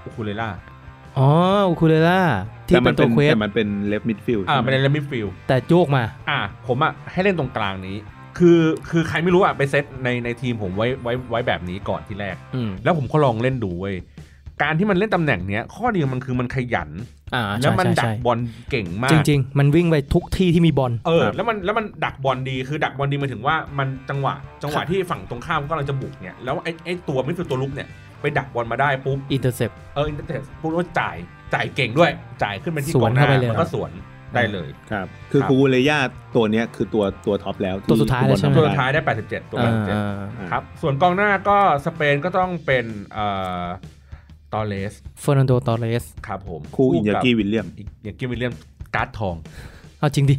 Speaker 1: อุคูเลล่า
Speaker 2: ำอ๋ออูคูเลล่าที่
Speaker 3: แต่
Speaker 2: เป็
Speaker 3: มั
Speaker 2: น นตัวเควส
Speaker 3: แต่มันเป็นเลฟมิดฟิลด์
Speaker 1: อ่าเป็นเลมิดฟิลด์
Speaker 2: แต่โยกมา
Speaker 1: อ่าผมอ่ะให้เล่นตรงกลางนี้ คือคือใครไม่รู้อ่ะไปเซตในในทีมผมไว้ไว้ไว้แบบนี้ก่อนที่แรก
Speaker 2: อืม
Speaker 1: แล้วผมก็ลองเล่นดูเว้ยการที่มันเล่นตำแหน่งเนี้ยข้อดีของมันคือมันขยัน
Speaker 2: อ่า
Speaker 1: แล้ว
Speaker 2: ใช่
Speaker 1: มัน
Speaker 2: ใช่
Speaker 1: ดัก
Speaker 2: ใช่
Speaker 1: บอลเก่งมาก
Speaker 2: จริง ๆ มันวิ่งไปทุกที่ที่มีบอล
Speaker 1: เออแล้วมันแล้วมันดักบอลดีคือดักบอลดีหมายถึงว่ามันจังหวะ จังหวะที่ฝั่งตรงข้ามก็กำลังจะบุกเนี่ยแล้วไอ้ไอ้ตัวมิดฟิลด์ตัวลุกเนี่ยไปดักบอลมาได้ปุ๊บ
Speaker 2: อินเตอร์เซป
Speaker 1: เอออินเตอร์เน็ตพูดว่าจ่ายจ่ายเก่งด้วย จ่ายขึ้นไปที่
Speaker 2: ส
Speaker 1: ก
Speaker 2: ว
Speaker 1: อน งหน้า
Speaker 2: เข้าไปเลย
Speaker 1: มันก็สวนได้เลย
Speaker 3: ครับคือคูเลย่าตัวเนี้ยคือตัวตัวท็อปแล้วที่
Speaker 2: ตัวสุดท้ายแล้วใช่ไหม
Speaker 1: ตัวสุดท้ายได้ 87 ตัว
Speaker 2: อ่า
Speaker 1: 87
Speaker 3: อ่า
Speaker 1: ครับ ส่วนกองหน้าก็สเปนก็ต้องเป็นเอ่อตอเลส
Speaker 2: เฟอร์นันโดตอเรส
Speaker 1: ครับผม
Speaker 3: คู่อินยากิ
Speaker 1: บ
Speaker 3: วิลเลียม
Speaker 1: อินยากิวิลเลียมการ์ดทอง
Speaker 2: เอาจริงดิ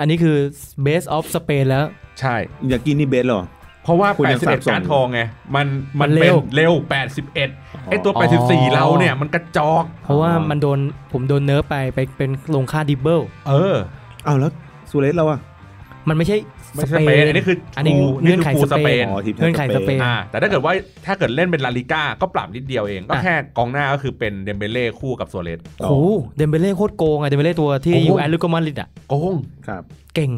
Speaker 2: อันนี้คือ base of Spain แล้ว
Speaker 1: ใช่
Speaker 3: อินยากินี่เบสเหรอ
Speaker 1: เพราะว่า
Speaker 3: คุณยังสับ
Speaker 1: 81
Speaker 3: สน
Speaker 1: การ์ดทองไง มันมัน
Speaker 2: มันเร็
Speaker 1: เป็น
Speaker 2: ว
Speaker 1: เร็ว 81 ไอตัว 84 เราเนี่ยมันกระจอก
Speaker 2: เพราะว่ามันโดนผมโดนเนิร์ฟไปไปเป็นลงค่าดิบเบิล
Speaker 1: เออ
Speaker 3: อ้าวแล้วซูเรสเราอะ
Speaker 2: มันไม่ใช่
Speaker 1: ไม่ใช่สเปนอันนี้คืออั
Speaker 2: อันนี้
Speaker 1: กู
Speaker 2: เงื่อนไข
Speaker 1: นี่คือกู
Speaker 2: สเปน
Speaker 3: สเปนอ๋อทีมชาติ
Speaker 2: เงื่อนไขสเปน
Speaker 1: อ่าแต่ถ้าเกิดว่าถ้าเกิดเล่นเป็นลาลิก้าก็ปรับนิดเดียวเองก็
Speaker 2: อ่ะ
Speaker 1: แค่กองหน้าก็คือเป็นเดมเบเล่คู่กับโซเลส
Speaker 2: โอ้โหเดมเบเล่โคตรโกงอะเดมเบเล่ตัวที่
Speaker 1: โอ้โห
Speaker 2: อยู่แอตเลติโกมาดริดอะ
Speaker 1: โกง
Speaker 3: ครับ
Speaker 2: เก่ง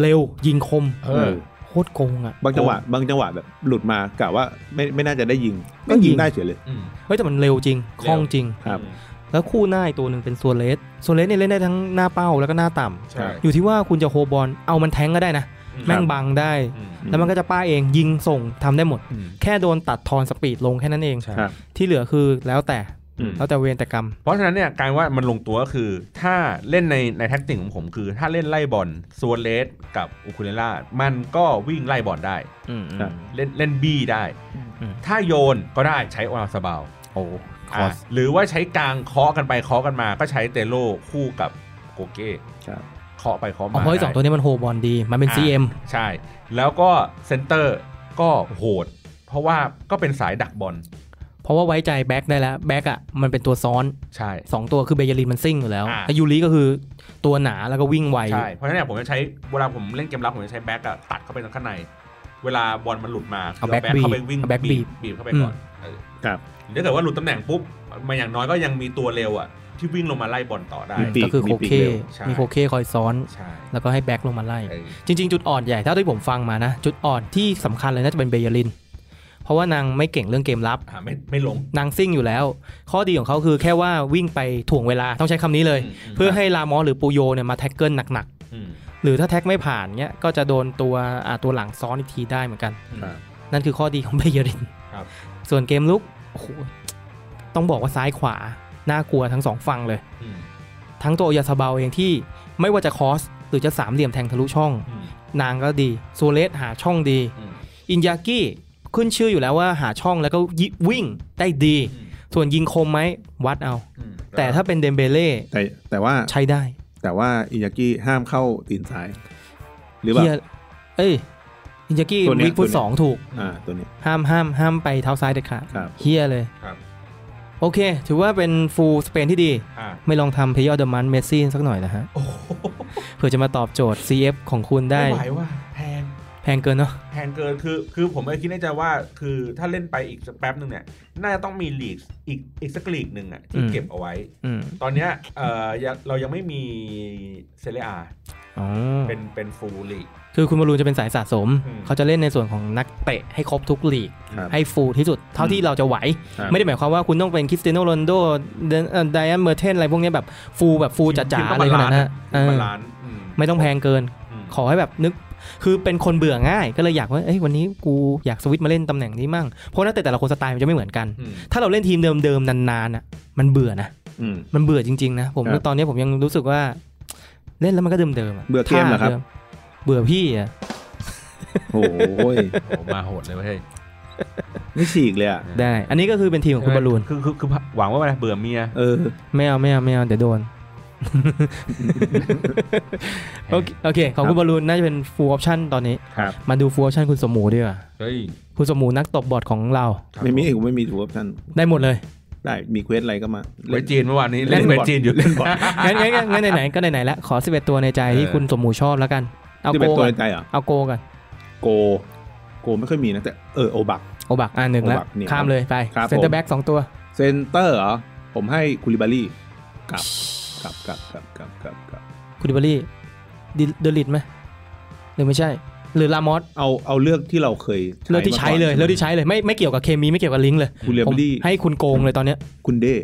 Speaker 2: เร็วยิงคม
Speaker 1: เออ
Speaker 2: โคตรโกงอะ
Speaker 3: บางจังหวะบางจังหวะแบบหลุดมากะว่าไม่ไม่น่าจะได้ยิง
Speaker 2: ไม่
Speaker 3: ก็
Speaker 2: ยิ
Speaker 3: ยิ
Speaker 2: ง
Speaker 3: งได้เฉยเลย
Speaker 1: อืม
Speaker 2: เฮ้ยแต่มันเร็วจริงคล่องจริง
Speaker 3: ครับ
Speaker 2: แล้วคู่หน้าอีกตัวหนึ่งเป็นโซเลสโซเลสเนี่ยเล่นได้ทั้งหน้าเป้าแล้วก็หน้าต่ำ
Speaker 1: ใช่
Speaker 2: อยู่ที่ว่าคุณจะโฮบอลเอามันแทงก็ได้นะ
Speaker 1: อืม
Speaker 2: แม่งบังได้
Speaker 1: อืม
Speaker 2: แล้วมันก็จะป้าเองยิงส่งทำได้หมด
Speaker 1: อืม
Speaker 2: แค่โดนตัดทอนสปีดลงแค่นั้นเอง
Speaker 1: ใช่
Speaker 3: ครับ
Speaker 2: ที่เหลือคือแล้วแต่
Speaker 1: อืม
Speaker 2: แล้วแต่เวรแต่กรรม
Speaker 1: เพราะฉะนั้นเนี่ยการว่ามันลงตัวก็คือ ถ้าเล่นในในแท็กติกของผมคือ ถ้าเล่นไล่บอลโซเลสกับอุคุเลล่ามันก็วิ่งไล่บอลได้
Speaker 2: อืมอืม
Speaker 3: ครับ
Speaker 1: เล่นเล่นบี้ได้
Speaker 2: อืม
Speaker 1: ถ้าโยนก็ได้ใช้ออลาสบาว
Speaker 2: โอ้คอ
Speaker 1: อ่ะ
Speaker 2: ส
Speaker 1: หรือว่าใช้กลางเคาะกันไปเคาะกันมาก็ใช้เตโลคู่กับโกเก้
Speaker 3: ครับ
Speaker 1: เคาะไปเคาะ
Speaker 2: อ๋อ
Speaker 1: มา
Speaker 2: เพราะไอ้สอง
Speaker 1: ได้
Speaker 2: ตัวนี้มันโฮบอลดี มันเป็น
Speaker 1: อ่ะ
Speaker 2: CM
Speaker 1: ใช่ แล้วก็เซนเตอร์ก็โหด เพราะว่าก็เป็นสายดักบอล
Speaker 2: เพราะว่าไว้ใจแบ็กได้แล้ว แบ็กอ่ะ มันเป็นตัวซ้อน
Speaker 1: ใช่
Speaker 2: 2 ตัวคือเบเยรินมันซิ่งอยู่แล้ว
Speaker 1: อ่ะ
Speaker 2: แต่ยูริก็คือตัวหนาแล้วก็วิ่งไว
Speaker 1: ใช่ เพราะฉะนั้นเนี่ยผมจะใช้เวลาผมเล่นเกมรับผมจะใช้แบ็กอะตัดเข้าไปข้างใน เวลาบอลมันหลุดมา
Speaker 2: เอาแบ็ค
Speaker 1: เข้าไป
Speaker 2: บีบ
Speaker 1: วิ่ง
Speaker 2: เอาแบ็ค
Speaker 1: บี
Speaker 2: บี
Speaker 1: บบ บีบเข้าไป
Speaker 2: อืม
Speaker 1: ก่อนเออ
Speaker 3: ครับ
Speaker 1: หรือถ้าเกิดว่าหลุดตำแหน่งปุ๊บมันอย่างน้อยก็ยังมีตัวเร็วอะที่วิ่งลงมาไล่บอลต่อได้
Speaker 3: มีปี
Speaker 2: ก็คือ
Speaker 3: มี
Speaker 2: โค
Speaker 3: ปี
Speaker 2: เค
Speaker 3: ร็ว
Speaker 1: ใช่
Speaker 2: มีโคเคคอยซ้อน
Speaker 1: ใช่
Speaker 2: แล้วก็ให้แบ็กลงมาไล่
Speaker 1: เออ
Speaker 2: จริง ๆ จุดอ่อนใหญ่เท่าที่ผมฟังมานะ จุดอ่อนที่สำคัญเลยน่าจะเป็นเบเยริน เพราะว่านางไม่เก่งเรื่องเกมรับ
Speaker 1: อ่ะไม่ไม่ลง
Speaker 2: นางซิ่งอยู่แล้ว ข้อดีของเขาคือแค่ว่าวิ่งไปถ่วงเวลาต้องใช้คำนี้เลย
Speaker 1: อืมอืม
Speaker 2: เพื่อให้ลามอสหรือปูโยเนี่ยมาแท็กเกิลหนัก
Speaker 1: อืม
Speaker 2: ๆ หรือถ้าแท็กไม่ผ่านเนี้ยก็จะโดนตัวอ่าตัวหลังซ้อนอีกทีได้เหมือนกัน
Speaker 3: ครับ
Speaker 2: นั่นคือข้อดีของเบเยริน
Speaker 1: ครับ
Speaker 2: ส่วนเกมลุกโอ้โหต้องบอกว่าซ้ายขวา น่ากลัวทั้งสองฝั่งเลย
Speaker 1: อืม
Speaker 2: ทั้งตัวโอยาซาบาลเองที่ไม่ว่าจะคอส หรือจะสามเหลี่ยมแทงทะลุช่อง
Speaker 1: อืม
Speaker 2: นางก็ดีโซเลสหาช่องดี
Speaker 1: อืม
Speaker 2: อินยากิขึ้นชื่ออยู่แล้วว่าหาช่องแล้วก็ยิวิ่งได้ดี
Speaker 1: อืม
Speaker 2: ส่วนยิงคมไหมวัดเอา
Speaker 1: อืม
Speaker 2: แต่ถ้าเป็นเดมเบเล่
Speaker 3: แต่แต่ว่า
Speaker 2: ใช้ได้
Speaker 3: แต่ว่าอินยากิห้ามเข้าตีนซ้าย หรือแบบ
Speaker 2: เหี้ยเอ้ยอินยากิ
Speaker 3: ตัวเนี้ย
Speaker 2: วิกฟุ
Speaker 3: ตั
Speaker 2: ต
Speaker 3: วเนี้ย
Speaker 2: สองถูก
Speaker 3: อ่าตัวนี้
Speaker 2: ห้ามห้ามห้ามไปเท้าซ้ายเด็ดขาด
Speaker 3: ครับ
Speaker 2: เฮียเลย
Speaker 1: ครับ
Speaker 2: โอเค ถือว่าเป็นฟูลสเปนที่ดี
Speaker 1: อ่ะ
Speaker 2: ไม่ลองทำเพย์ออเดอร์มันเมสซี่สักหน่อยนะฮะ
Speaker 1: โอ้โห
Speaker 2: เผื่อจะมาตอบโจทย์ CF ของคุณได้
Speaker 1: ม่ไหวว่ะแพง
Speaker 2: แพงเกินเนาะ
Speaker 1: แพงเกินคือคือผมเลยคิดในใจว่าคือถ้าเล่นไปอีกสักแป๊บหนึ่งเนี่ย น่าจะต้องมีลีกอีกอีกสักลีกหนึ่งอะที่เก็บเอาไว้
Speaker 2: อืม
Speaker 1: ตอนเนี้ยเอ่อยังเรายังไม่มีเซเรียอา
Speaker 2: อ๋อ
Speaker 1: เป็นเป็นฟูลลีก
Speaker 2: คือคุณบอลลูนจะเป็นสายสะสม
Speaker 1: อืม
Speaker 2: เขาจะเล่นในส่วนของนักเตะให้ครบทุกลีก
Speaker 3: ครับ
Speaker 2: ให้ฟูลที่สุดเท่าที่เราจะไหว
Speaker 3: ครับ
Speaker 2: ไม่ได้หมายความว่าคุณต้องเป็นคริสเตียโนโรนลโดไดอันเมอร์เทนอะไรพวกเนี้ยแบบฟูลแบบฟูลจ๋าๆอะไรขนาดนั้นนะเออบ
Speaker 1: าลานซ์อืม
Speaker 2: ไม่ต้องแพงเกิน
Speaker 1: ม
Speaker 2: ขอให้แบบนึก คือเป็นคนเบื่อง่ายก็เลยอยากว่าเอ้ยวันนี้กูอยากสวิตช์มาเล่นตำแหน่งนี้มั่งเพราะนักเตะแต่ละคนสไตล์มันจะไม่เหมือนกัน
Speaker 1: อืม
Speaker 2: ถ้าเราเล่นทีมเดิมๆนานๆน่ะมันเบื่อนะ
Speaker 3: อืม
Speaker 2: มันเบื่อจริงๆนะ ผม
Speaker 3: ครับ
Speaker 2: ตอนนี้ผมยังรู้สึกว่า เล่นแล้วมันก็เดิมๆะ
Speaker 3: เบื่อเกมเหรอครับ
Speaker 2: ท่าดิเบื่อพี่อ่ะ
Speaker 3: โอ้ย *laughs*
Speaker 1: โหมาโหดเลยเว้ย
Speaker 3: ไม่ฉีกเลยอ่ะ
Speaker 2: ได้ อันนี้ก็คือเป็นทีมของคุณบอลลูน
Speaker 1: คือคือคือหวังว่ามันเบื่อเมีย
Speaker 3: เออ
Speaker 2: *laughs* ไม่เอาไม่เอาไม่เอาเดี๋ยวโดน โอเคโอเค ของคุณบอลลูนน่าจะเป็น full option ตอนนี้
Speaker 3: ครับ
Speaker 2: มาดู full option คุณสมหมูดีกว่า
Speaker 1: เฮ้ย
Speaker 2: คุณสมหมูนักตบบอร์ดของเรา
Speaker 1: ครับ
Speaker 3: ไม่มีผมไม่มีถูกท่าน
Speaker 2: ได้หมดเลย
Speaker 3: ได้มีเควสอะไรก็มา
Speaker 1: ไว้จีนเมื่อวานนี้
Speaker 3: เล่
Speaker 1: เล่น
Speaker 3: น
Speaker 1: ไว้
Speaker 3: บอล
Speaker 1: จีนอยู่
Speaker 3: เล่นบอล
Speaker 2: งั้นงั้นงั้นงั้นไหนๆก็ไหนๆแล้วขอ 11 ตัวในใจที่คุณสมหมูชอบแล้วกัน เอา
Speaker 3: ที่
Speaker 2: โก
Speaker 3: เป็นตัว
Speaker 2: ก่อน
Speaker 3: ในใจเหรอ่ะ
Speaker 2: เอาโกก่อน
Speaker 3: โก โกไม่ค่อยมีนะแต่เออโอบัก
Speaker 2: โอบักอ่ะหนึ่งแล้ว
Speaker 3: โอบักเนี่ย
Speaker 2: ข้ามเลยไป
Speaker 3: ครับผม
Speaker 2: เซนเตอร์แบ็กสองตัว
Speaker 3: เซนเตอร์เหรอ ผมให้คูลิบารีกลับกลับกลับกลับกลับกลับกลับ
Speaker 2: คุณดิบารี่ดิเดลิดไหมหรือไม่ใช่ หรือลามอส
Speaker 3: เอาเอาเลือกที่เราเคย
Speaker 2: เลือกที่ใช้เลยเลือกที่ใช้เลยไม่ไม่เกี่ยวกับเคมีไม่เกี่ยวกับลิงก์เลย
Speaker 3: คูลิ
Speaker 2: ผม
Speaker 3: บารี
Speaker 2: ให้คุณโกงเลยตอนเนี้ย
Speaker 3: คุณเด้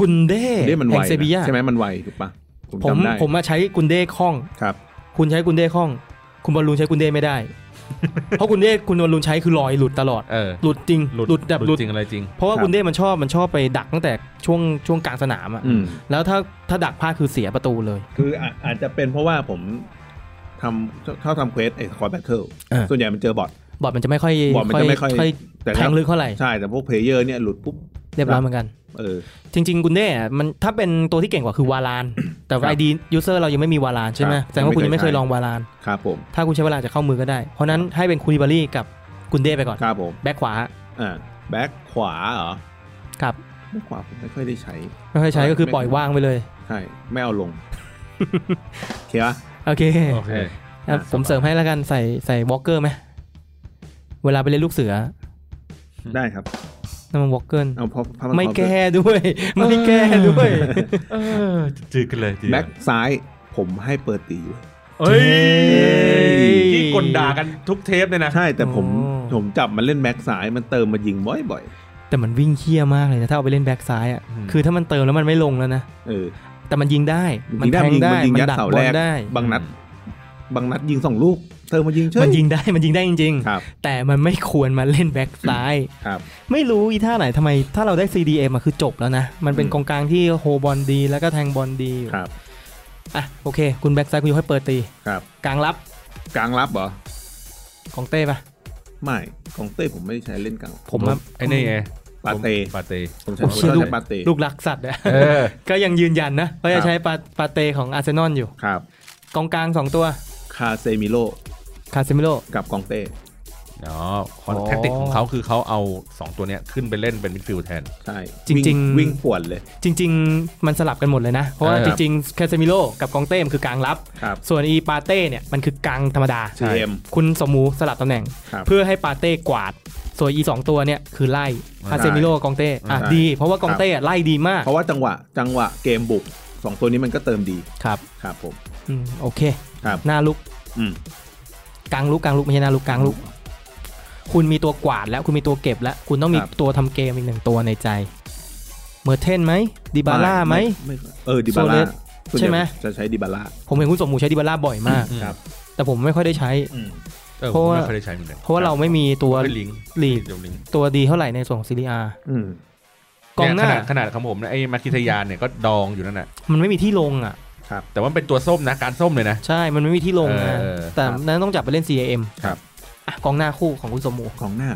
Speaker 2: กุนเด้
Speaker 3: เด้มันไว
Speaker 2: แห่ง
Speaker 3: นะ
Speaker 2: เซบียา
Speaker 3: ใช่ไหมมันไวถูกปะผม
Speaker 2: ผม
Speaker 3: จำได้
Speaker 2: ผมมาใช้กุนเด้คล่อง
Speaker 3: ครับ
Speaker 2: คุณใช้กุนเด้คล่อง คุณบอลลูนใช้กุนเด้ไม่ได้ *laughs* เพราะกุนเด้คุณบอลลูนใช้คือลอยหลุดตลอด
Speaker 1: เออ
Speaker 2: หลุดจริงหลุดแบบหลุด
Speaker 1: จริงอะไรจริง
Speaker 2: เพราะว่ากุนเด้มันชอบมันชอบไปดักตั้งแต่ช่วงช่วงกลางสนามอะ
Speaker 3: อืม
Speaker 2: แล้วถ้าถ้าดักพลาดคือเสียประตูเลย
Speaker 3: คืออาอาจจะเป็นเพราะว่าผมทำชอบทำเควสไอ้คอร์แบทเทิล
Speaker 2: อ่า
Speaker 3: ส่วนใหญ่มันเจอบอท
Speaker 2: บอดมันจะไม่ค่อย
Speaker 3: บอร์ดมันจะไม่ค่อย
Speaker 2: ค่อย
Speaker 3: แต่ถ้า
Speaker 2: แทงลึกเท่าไหร่
Speaker 3: ใช่แต่พวกเพลเยอร์เนี่ยหลุดปุ๊บ
Speaker 2: เรียบร้อยเหมือนกัน
Speaker 3: เออ
Speaker 2: จริงๆกุนเด้อะมันถ้าเป็นตัวที่เก่งกว่าคือวาลาน แต่
Speaker 3: ครั
Speaker 2: ไอบ ดียูเซอร์เรายังไม่มีวาลานใช่ไหม
Speaker 3: ครับ
Speaker 2: แสดงว่าคุณยังไม่เคย
Speaker 3: ยังไม่เคย
Speaker 2: ลองวาลาน
Speaker 3: ครับผม
Speaker 2: ถ้าคุณใช้เวลาจะเข้ามือก็ได้ เพราะนั้นให้เป็นคูลิบารี่กับกุนเด้ไปก่อน
Speaker 3: ครับผม
Speaker 2: แบ็คขวา
Speaker 3: อ่าแบ็คขวาเหรอ
Speaker 2: ครับ
Speaker 3: แบ็คขวาผมไม่ค่อยได้ใช้
Speaker 2: ไม่ค่อยใช้ก็คือปล่อยว่างไปเลย
Speaker 3: ใช่ ไม่เอา
Speaker 2: *laughs*
Speaker 3: ลงโอเคปะ
Speaker 2: โอเค
Speaker 1: โอเค
Speaker 2: ครับ
Speaker 3: อ่ะ
Speaker 2: ผมเสริมให้แล้วกันใส่ใส่วอลเกอร์ไหมเวลาไปเล่นลูกเสือ
Speaker 3: ได้ครับ
Speaker 2: นั่นมันวอลเกอร์
Speaker 3: เอาพอพอ
Speaker 2: ไม่แก้
Speaker 3: *laughs*
Speaker 2: ด้วย ไม่แก้ด้วย
Speaker 1: เออจืดกันเลย
Speaker 3: แบ็คซ้ายผมให้เปิดตีอยู่
Speaker 1: เอ้ย
Speaker 2: เฮ้ย
Speaker 1: ที่กลด่ากันทุกเทปเลยนะ
Speaker 3: ใช่แต่ผม
Speaker 2: อ๋อ
Speaker 3: ผมจับมันเล่นแบ็คซ้ายมันเติมมายิงบ่อย
Speaker 2: แต่มันวิ่งเคี้ยมากเลยนะถ้าเอาไปเล่นแบ็กซ้ายอ่ะ
Speaker 1: อืม
Speaker 2: คือถ้ามันเติมแล้วมันไม่ลงแล้วนะ
Speaker 3: ๆเออ
Speaker 2: แต่มันยิงได้
Speaker 3: ยิงได้มันยิงมันยิง
Speaker 2: มั
Speaker 3: ยัด
Speaker 2: ดั
Speaker 3: เสา
Speaker 2: บอ
Speaker 3: แร
Speaker 2: ล
Speaker 3: ก
Speaker 2: ได้
Speaker 3: บางนัด บางนัดยิงสองลูก เติมมายิงเฉย
Speaker 2: มันยิงได้ *laughs* มันยิงได้จริง
Speaker 3: ครับ
Speaker 2: ๆ แต่มันไม่ควรมาเล่นแบ็กซ้าย
Speaker 3: ครับ
Speaker 2: ไม่รู้อีท่าไหนทำไม ถ้าเราได้ CDM อะคือจบแล้วนะ มันเป็น
Speaker 3: อืม
Speaker 2: กองกลางที่โฮบอลดี แล้วก็แทงบอลดีอยู่
Speaker 3: ครับ
Speaker 2: อ่ะโอเค คุณแบ็กซ้ายคุณยกให้เปิดตี
Speaker 3: ครับ
Speaker 2: กลางรับ
Speaker 3: กลางรับเหรอ
Speaker 2: ของเต้ปะ
Speaker 3: ไม่ของเต้ผมไม่ได้ใช้เล่นกลาง
Speaker 2: ผมว่า
Speaker 1: ไอ้นี่ไง
Speaker 3: ปาเต้
Speaker 1: ปาเต้
Speaker 3: ผมใช้
Speaker 2: ผม
Speaker 3: ผม
Speaker 2: เชื่อ
Speaker 3: ใช้
Speaker 2: ลูก
Speaker 3: ปาเต้
Speaker 2: ลูกรักสัตว์อะ
Speaker 1: เออ
Speaker 2: ก็ยังยืนยันนะว่า
Speaker 3: ครั
Speaker 2: จะ
Speaker 3: บ
Speaker 2: ใช้ปาปาเตของอาร์เซนอลอยู่
Speaker 3: ครับ
Speaker 2: กองกลาง 2 ตัว
Speaker 3: คาเซมิโล
Speaker 2: คาเซมิโล
Speaker 3: กับกองเต้
Speaker 1: อ๋อคอนแทคติกของเขาคือเขาเอา 2 ตัวเนี้ยขึ้นไปเล่นเป็นมิดฟิลด์แทน
Speaker 3: ใช่
Speaker 2: จริงๆ
Speaker 3: วิ่วิ่งป่วนเลย
Speaker 2: จริง ๆ มันสลับกันหมดเลยนะ เพราะว่า
Speaker 1: เออค
Speaker 2: จ
Speaker 1: รับ
Speaker 2: ริงๆคาเซมิโลกับกองเต้มันคือกลางรับ
Speaker 3: ครับ
Speaker 2: ส่วนอีปาเต้เนี่ยมันคือกลางธรรมดา
Speaker 3: เทียม
Speaker 2: คุณสมมูสลับตำแหน่ง
Speaker 3: ครับ
Speaker 2: เพื่อให้ปาเต้กวาด ส่วนอีสองตัวเนี่ยคือไล่คาเซมิโลกองเต้อ่ะ
Speaker 3: ใช่
Speaker 2: ดี เพราะว่ากองเต้อะไล่ดีมาก
Speaker 3: เพราะว่าจังหวะจังหวะเกมบุกสองตัวนี้มันก็เติมดี
Speaker 2: ครับ
Speaker 3: ครับผม
Speaker 2: อืมโอเค
Speaker 3: ครับ
Speaker 2: หน้าลุก
Speaker 3: อืม
Speaker 2: กลางลุกกลางลุกไม่ใช่หน้าลุกกลางลุก คุณมีตัวกวาดแล้วคุณมีตัวเก็บแล้ว คุณต้องมี
Speaker 3: ครับ
Speaker 2: ตัวทำเกมอีกหนึ่งตัวในใจ เมอร์เทนไหมดิบาร่าไหม
Speaker 3: เออดิบา
Speaker 2: โซ
Speaker 3: ร่า
Speaker 2: เลสใช่ไหม
Speaker 3: จะใช้ดิบาร่า
Speaker 2: ผมเห็นคุณสมหมูใช้ดิบาร่าบ่อยมาก
Speaker 3: ครับ
Speaker 2: แต่ผมไม่ค่อยได้ใช้
Speaker 3: อืม
Speaker 1: เออ
Speaker 2: เพราะ
Speaker 1: ผม
Speaker 2: ว่า
Speaker 1: ไม่เคยได้ใช้เหมือนกัน
Speaker 2: เพราะว่าเราไม่มีตัว
Speaker 1: ไม่ลิงก์
Speaker 2: ลีก
Speaker 1: เดี๋ยวลิงก์
Speaker 2: ตัวดีเท่าไหร่ในส่วนของซีรีอา
Speaker 3: อืม
Speaker 2: กองหน้า
Speaker 1: เยขดขนาดของผมนะไอ้มาคิทยานเนี่ยก็ดองอยู่นั่นแหละ
Speaker 2: มันไม่มีที่ลงอ่ะ
Speaker 1: แต่ว่ามันเป็นตัวส้มนะการส้มเลยนะ
Speaker 2: ใช่ มันไม่มีที่ลงนะ
Speaker 1: เออ
Speaker 2: แต่นั้นต้องจับไปเล่น CAM
Speaker 3: ครับ
Speaker 2: อ่ะกองหน้าคู่ของคุณสมหมู
Speaker 3: ของหน้า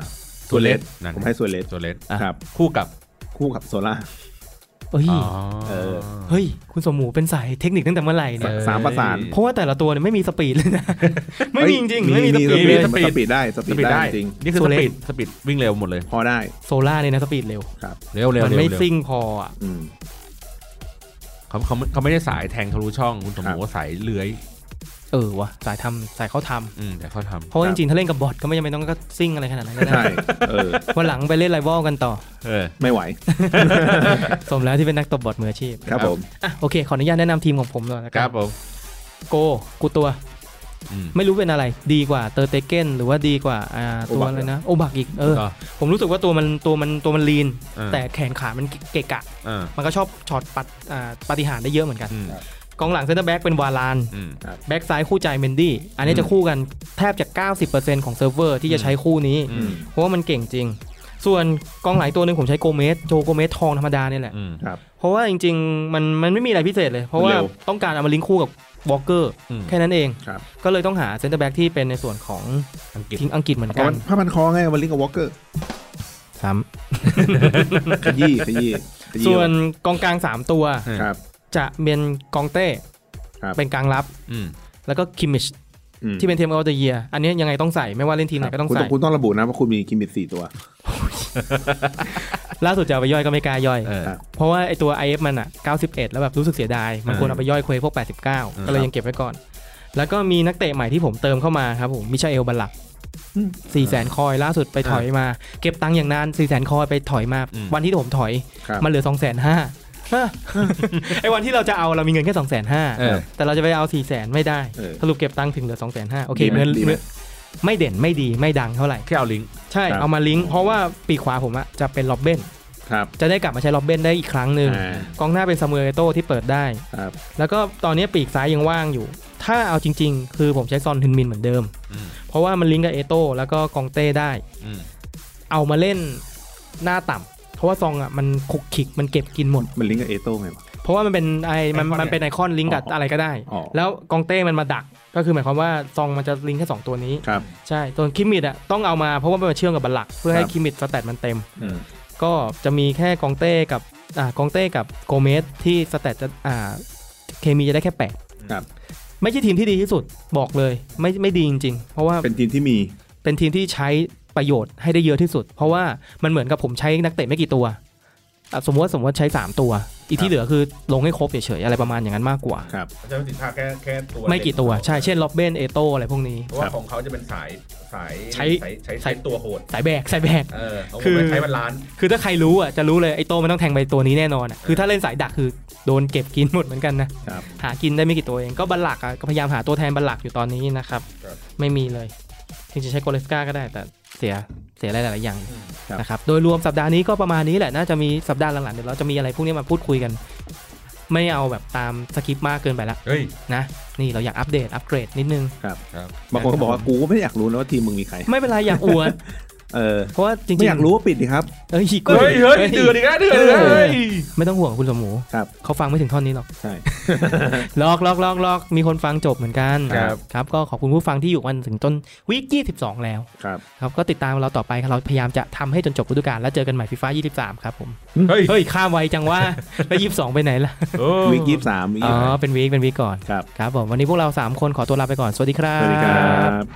Speaker 3: โซ
Speaker 1: โว
Speaker 3: เลส
Speaker 1: นั่น
Speaker 3: ผมให้โซเลส
Speaker 1: โซเลส
Speaker 2: อ่ะ
Speaker 3: ครับ
Speaker 1: คู่กับ
Speaker 3: คู่กับโซล่า
Speaker 2: เอ้ย
Speaker 3: เออ
Speaker 2: เฮ้ย คุณสมหมูเป็นสายเทคนิคตั้งแต่เมื่อไหร่เนี่ย
Speaker 3: สะสามประสาน
Speaker 2: เพราะว่าแต่ละตัวเนี่ยไม่มีสปีดเลยนะ ไม่มีจริงๆไม่มีสปีด
Speaker 3: มี
Speaker 2: เลย
Speaker 3: สปีดสปีดได้ส
Speaker 1: ส
Speaker 3: ปีด
Speaker 1: ปีด
Speaker 3: ได้
Speaker 1: ได้
Speaker 3: จริง
Speaker 1: นี่คือส
Speaker 2: โซเลส
Speaker 1: ปีดสปีดวิ่งเร็วหมดเลย
Speaker 3: ๆพอได้
Speaker 2: โซล่าเนี่ยนะสปีดเร็ว
Speaker 3: ครับ
Speaker 1: เร็วเร็ว
Speaker 2: มัน
Speaker 1: เร็ว
Speaker 2: ไม่
Speaker 1: เร็ว
Speaker 2: ซิ่งพออ่ะ
Speaker 3: อืม
Speaker 1: เขาเขาเขาไม่ได้สายแทงทะลุช่องคุณสม
Speaker 3: ครั
Speaker 1: ม
Speaker 3: บ
Speaker 1: ติว่าสายเลื้อย
Speaker 2: เออวะสายทำสายเขาทำ
Speaker 1: อืมแต่เขาทำ
Speaker 2: เพราะว่าจริงๆ ถ้าเล่นกับบอทก็ไม่จำเป็นต้องก็ซิ่งอะไรขนาดนั้นก็ได้
Speaker 3: ใช่เออ
Speaker 2: วันหลังไปเล่นไรวอลกันต่อ
Speaker 1: เออ
Speaker 3: ไม่ไหว
Speaker 2: สมแล้วที่เป็นนักตบบอทมืออาชีพ
Speaker 3: ครับผม
Speaker 2: อ่ะโอเคขออนุญาตแนะนำทีมของผมหน่อยนะ
Speaker 1: ค
Speaker 2: ค
Speaker 1: รั
Speaker 2: รั
Speaker 1: บบ ผม
Speaker 2: โกกูตัว
Speaker 1: อืม
Speaker 2: ไม่รู้เป็นอะไร ดีกว่าเตอร์เตเกนหรือว่าดีกว่าอ่าตัวอะไรนะโอบักอีกเออ
Speaker 1: ก็
Speaker 2: ผมรู้สึกว่าตัวมันตัวมันตัวมันลีน
Speaker 1: เออ
Speaker 2: แต่แขนขามันเกะกะ
Speaker 1: เออ
Speaker 2: มันก็ชอบช็อตปัดอ่าปาฏิหารย์ได้เยอะเหมือนกัน
Speaker 1: อืม
Speaker 2: กองหลังเซนเตอร์แบ็กเป็นวาลาน
Speaker 1: อืม
Speaker 2: แบ็กซ้ายคู่ใจเมนดี้ อันนี้
Speaker 1: อืม
Speaker 2: จะคู่กันแทบจะ 90%ของเซิร์ฟเวอร์ที่จะใช้คู่นี้
Speaker 1: อื
Speaker 3: อืม
Speaker 2: เพราะว่ามันเก่งจริง ส่วนกองหลังตัวหนึ่งผมใช้โกเมสโจโกเมสทองธรรมดาเนี่ยแหละ
Speaker 1: อืม
Speaker 3: ครับ
Speaker 2: เพราะว่าจริงๆมันมันไม่มีอะไรพิเศษเลย เพราะว่า
Speaker 3: เร็ว
Speaker 2: ต้องการเอามาลิงก์คู่กับวอลเกอร์
Speaker 1: อืม
Speaker 2: แค่นั้นเอง
Speaker 3: ครับ
Speaker 2: ก็เลยต้องหาเซนเตอร์แบ็กที่เป็นในส่วนของ
Speaker 1: อังกฤษ
Speaker 2: ทีมอังกฤษเหมือน
Speaker 3: เพราะ
Speaker 2: กั
Speaker 3: มัน นผ้าพันคอไงวันลิงกับวอลเกอร์
Speaker 2: ซ้
Speaker 3: ขยี้ขยี้ข
Speaker 2: ำ
Speaker 3: ยี้
Speaker 2: ส่วนกองกลางสามตัว
Speaker 1: เออ
Speaker 3: ครับ
Speaker 2: จะเป็นกองเต้
Speaker 3: ครับ
Speaker 2: เป็นกลางรับ
Speaker 1: อืม
Speaker 2: แล้วก็คิมมิช
Speaker 3: อืม
Speaker 2: ที่เป็นเทมเอาเดเยียอันนี้ยังไงต้องใส่ไม่ว่าเล่นทีมไหนก็ต้อง
Speaker 3: คุณ
Speaker 2: ใส่
Speaker 3: คุณต้องระบุนะว่าคุณมีคิมมิตสี่ตัว
Speaker 2: ล่าสุดจะเอาไปย่อยก็ไม่กล้าย่อย
Speaker 1: เออ
Speaker 2: เพราะว่าไอตัว IF มันอ่ะ 91 แล้วแบบรู้สึกเสียดาย มันควรเอาไปย่อยเควพวก 89 ก็เลยยังเก็บไว้ก่อน แล้วก็มีนักเตะใหม่ที่ผมเติมเข้ามาครับผม มิชาเอลบัลลัก
Speaker 3: อืม
Speaker 2: 4แสนคอยล่าสุดไปถอยมา เก็บตังค์อย่างนาน4แสนคอยไปถอยมา
Speaker 1: อืม
Speaker 2: วันที่ผมถอย
Speaker 3: ครับ
Speaker 2: มันเหลือ2องแสนห้า *laughs* ไอ้วันที่เราจะเอาเรามีเงินแค่2องแสนห้า
Speaker 1: เออ
Speaker 2: แต่เราจะไปเอา4ี่แสนไม่ได้
Speaker 3: เออ
Speaker 2: สรุปเก็บตังค์ถึงเหลือ2องแสนห้าโอเค
Speaker 3: ดีไหม
Speaker 2: เงิน
Speaker 3: ดีไหม
Speaker 2: ไม่เด่นไม่ดีไม่ดังเท่าไหร่
Speaker 1: แค่เอาลิงก์
Speaker 2: ใช่
Speaker 3: ครับ
Speaker 2: เอามาลิงก์เพราะว่าปีกขวาผมอะจะเป็นล็อบเบน
Speaker 3: ครับ
Speaker 2: จะได้กลับมาใช้ล็อบเบนได้อีกครั้งหนึ่ง
Speaker 3: อ่าก
Speaker 2: องหน้าเป็นซามูเอลโต้ที่เปิดได้
Speaker 3: ครับ
Speaker 2: แล้วก็ตอนนี้ปีกซ้ายยังว่างอยู่ ถ้าเอาจริง ๆ คือผมใช้ซอนฮึนมินเหมือนเดิม
Speaker 1: อืม
Speaker 2: เพราะว่ามันลิงก์กับเอโต้แล้วก็กองเต้ได้
Speaker 1: อืม
Speaker 2: เอามาเล่นหน้าต่ำเพราะว่าซองอ่ะมันคุกคิกมันเก็บกินหมด
Speaker 3: มันลิงก์กับเอโต้ไงวะ
Speaker 2: เพราะว่ามันเป็นไอมันมันเป็นไอคอนลิงก์กับ
Speaker 3: อ๋ออ
Speaker 2: อะไรก็ได้
Speaker 3: อ๋อ
Speaker 2: แล้วกองเต้มันมาดัก ก็คือหมายความว่าซองมันจะลิงก์แค่สองตัวนี้
Speaker 3: ครับ
Speaker 2: ใช่ตัวนคิมมิดอ่ะต้องเอามาเพราะว่ามันมาเชื่อมกับบัลลัก เพื่อให้
Speaker 3: ครับ
Speaker 2: คิมมิดสแตทมันเต็ม
Speaker 3: อืม
Speaker 2: ก็จะมีแค่กองเต้กับอ่ากองเต้กับโกเมสที่สแตทจะอ่าเคมีจะได้แค่แปด
Speaker 3: ครับ
Speaker 2: ไม่ใช่ทีมที่ดีที่สุดบอกเลยไม่ไม่ดีจริงๆ เพราะว่า
Speaker 3: เป็นทีมที่มี
Speaker 2: เป็นทีมที่ใช้ประโยชน์ให้ได้เยอะที่สุด เพราะว่ามันเหมือนกับผมใช้นักเตะไม่กี่ตัวอ่ะสมมติว่าสมมติว่าใช้ 3 ตัว อีกที่เหลือคือลงให้ครบเฉยๆอะไรประมาณอย่างนั้นมากกว่า
Speaker 3: ครับ
Speaker 4: จะเป็นสินค้าแค่แค่ตัว
Speaker 2: ไม่กี่ตัวใช่เช่นล็อบเบนเอโตอะไรพวกนี้
Speaker 4: เพราะว่าของเขาจะเป็นสายสาย
Speaker 2: ใช้
Speaker 4: ใช้
Speaker 2: ใช้
Speaker 4: ใช้ตัวโหด
Speaker 2: สายแบกสายแบก
Speaker 4: เออเขา
Speaker 2: คือ
Speaker 4: บอกว่าใช้เป็นล้าน
Speaker 2: คือถ้าใครรู้อ่ะจะรู้เลยไอโตมันต้องแทงไปตัวนี้แน่นอนอะคือถ้าเล่นสายดักคือโดนเก็บกินหมดเหมือนกันนะครับ หากินได้ไม่กี่ตัวเองก็บัลลักอ่ะก็พยายามหาตัวแทนบัลลักอยู่ตอนนี้นะครับไม่มีเลยจริงๆใช้โกเลสกาก็ได้แต่เสียเสียหลายๆอย่าง
Speaker 3: ครับ
Speaker 2: นะครับโดยรวมสัปดาห์นี้ก็ประมาณนี้แหละน่าจะมีสัปดาห์หลังๆเดี๋ยวเราจะมีอะไรพวกนี้มาพูดคุยกัน ไม่เอาแบบตามสคริปต์มากเกินไปละ
Speaker 1: เฮ้ย
Speaker 2: นะ นี่เราอยากอัปเดตอัปเกรดนิดนึง
Speaker 3: บางคนก็บอกว่ากูก็ไม่อยากรู้นะว่าทีมมึงมีใคร
Speaker 2: ไม่เป็นไรอยากอ
Speaker 3: *laughs*
Speaker 2: วด
Speaker 3: เออ
Speaker 2: เพราะว่าจริงๆ
Speaker 3: ไม่อยากรู้ก็ปิดดิครับ
Speaker 2: เอ้ย
Speaker 1: เฮ้ยเฮ้ยเดือดอีกแล้วเดือดอีกแล้วเฮ้ย
Speaker 2: ไม่ต้องห่วงคุณสมหมู
Speaker 3: ครับ
Speaker 2: เขาฟังไม่ถึงท่อนนี้หรอก
Speaker 3: ใช่
Speaker 2: ลอกลอกลอกลอกมีคนฟังจบเหมือนกัน
Speaker 3: ครับ
Speaker 2: ครับก็ขอบคุณผู้ฟังที่อยู่กันถึงจนวีค22 แล้ว
Speaker 3: ครับ
Speaker 2: ครับก็ติดตามเราต่อไปครับเราพยายามจะทำให้จนจบฤดูกาลแล้วเจอกันใหม่ฟีฟ่า23 ครับ *laughs* ผม
Speaker 1: เฮ้ย
Speaker 2: เฮ้ยข้ามไวจัง *laughs* ว่าแล้ว22 ไปไหนล่ะ
Speaker 1: โอ้
Speaker 3: วิกยี่สามวิก
Speaker 2: อ๋
Speaker 3: ยี่
Speaker 2: อ
Speaker 3: สาม
Speaker 2: เป็นวีคเป็นวีคก่อน
Speaker 3: ครับ
Speaker 2: ครับผม วันนี้พวกเรา 3 คนขอตัวลาไปก่อน สวัสดีครับ
Speaker 3: สวัสดีครับ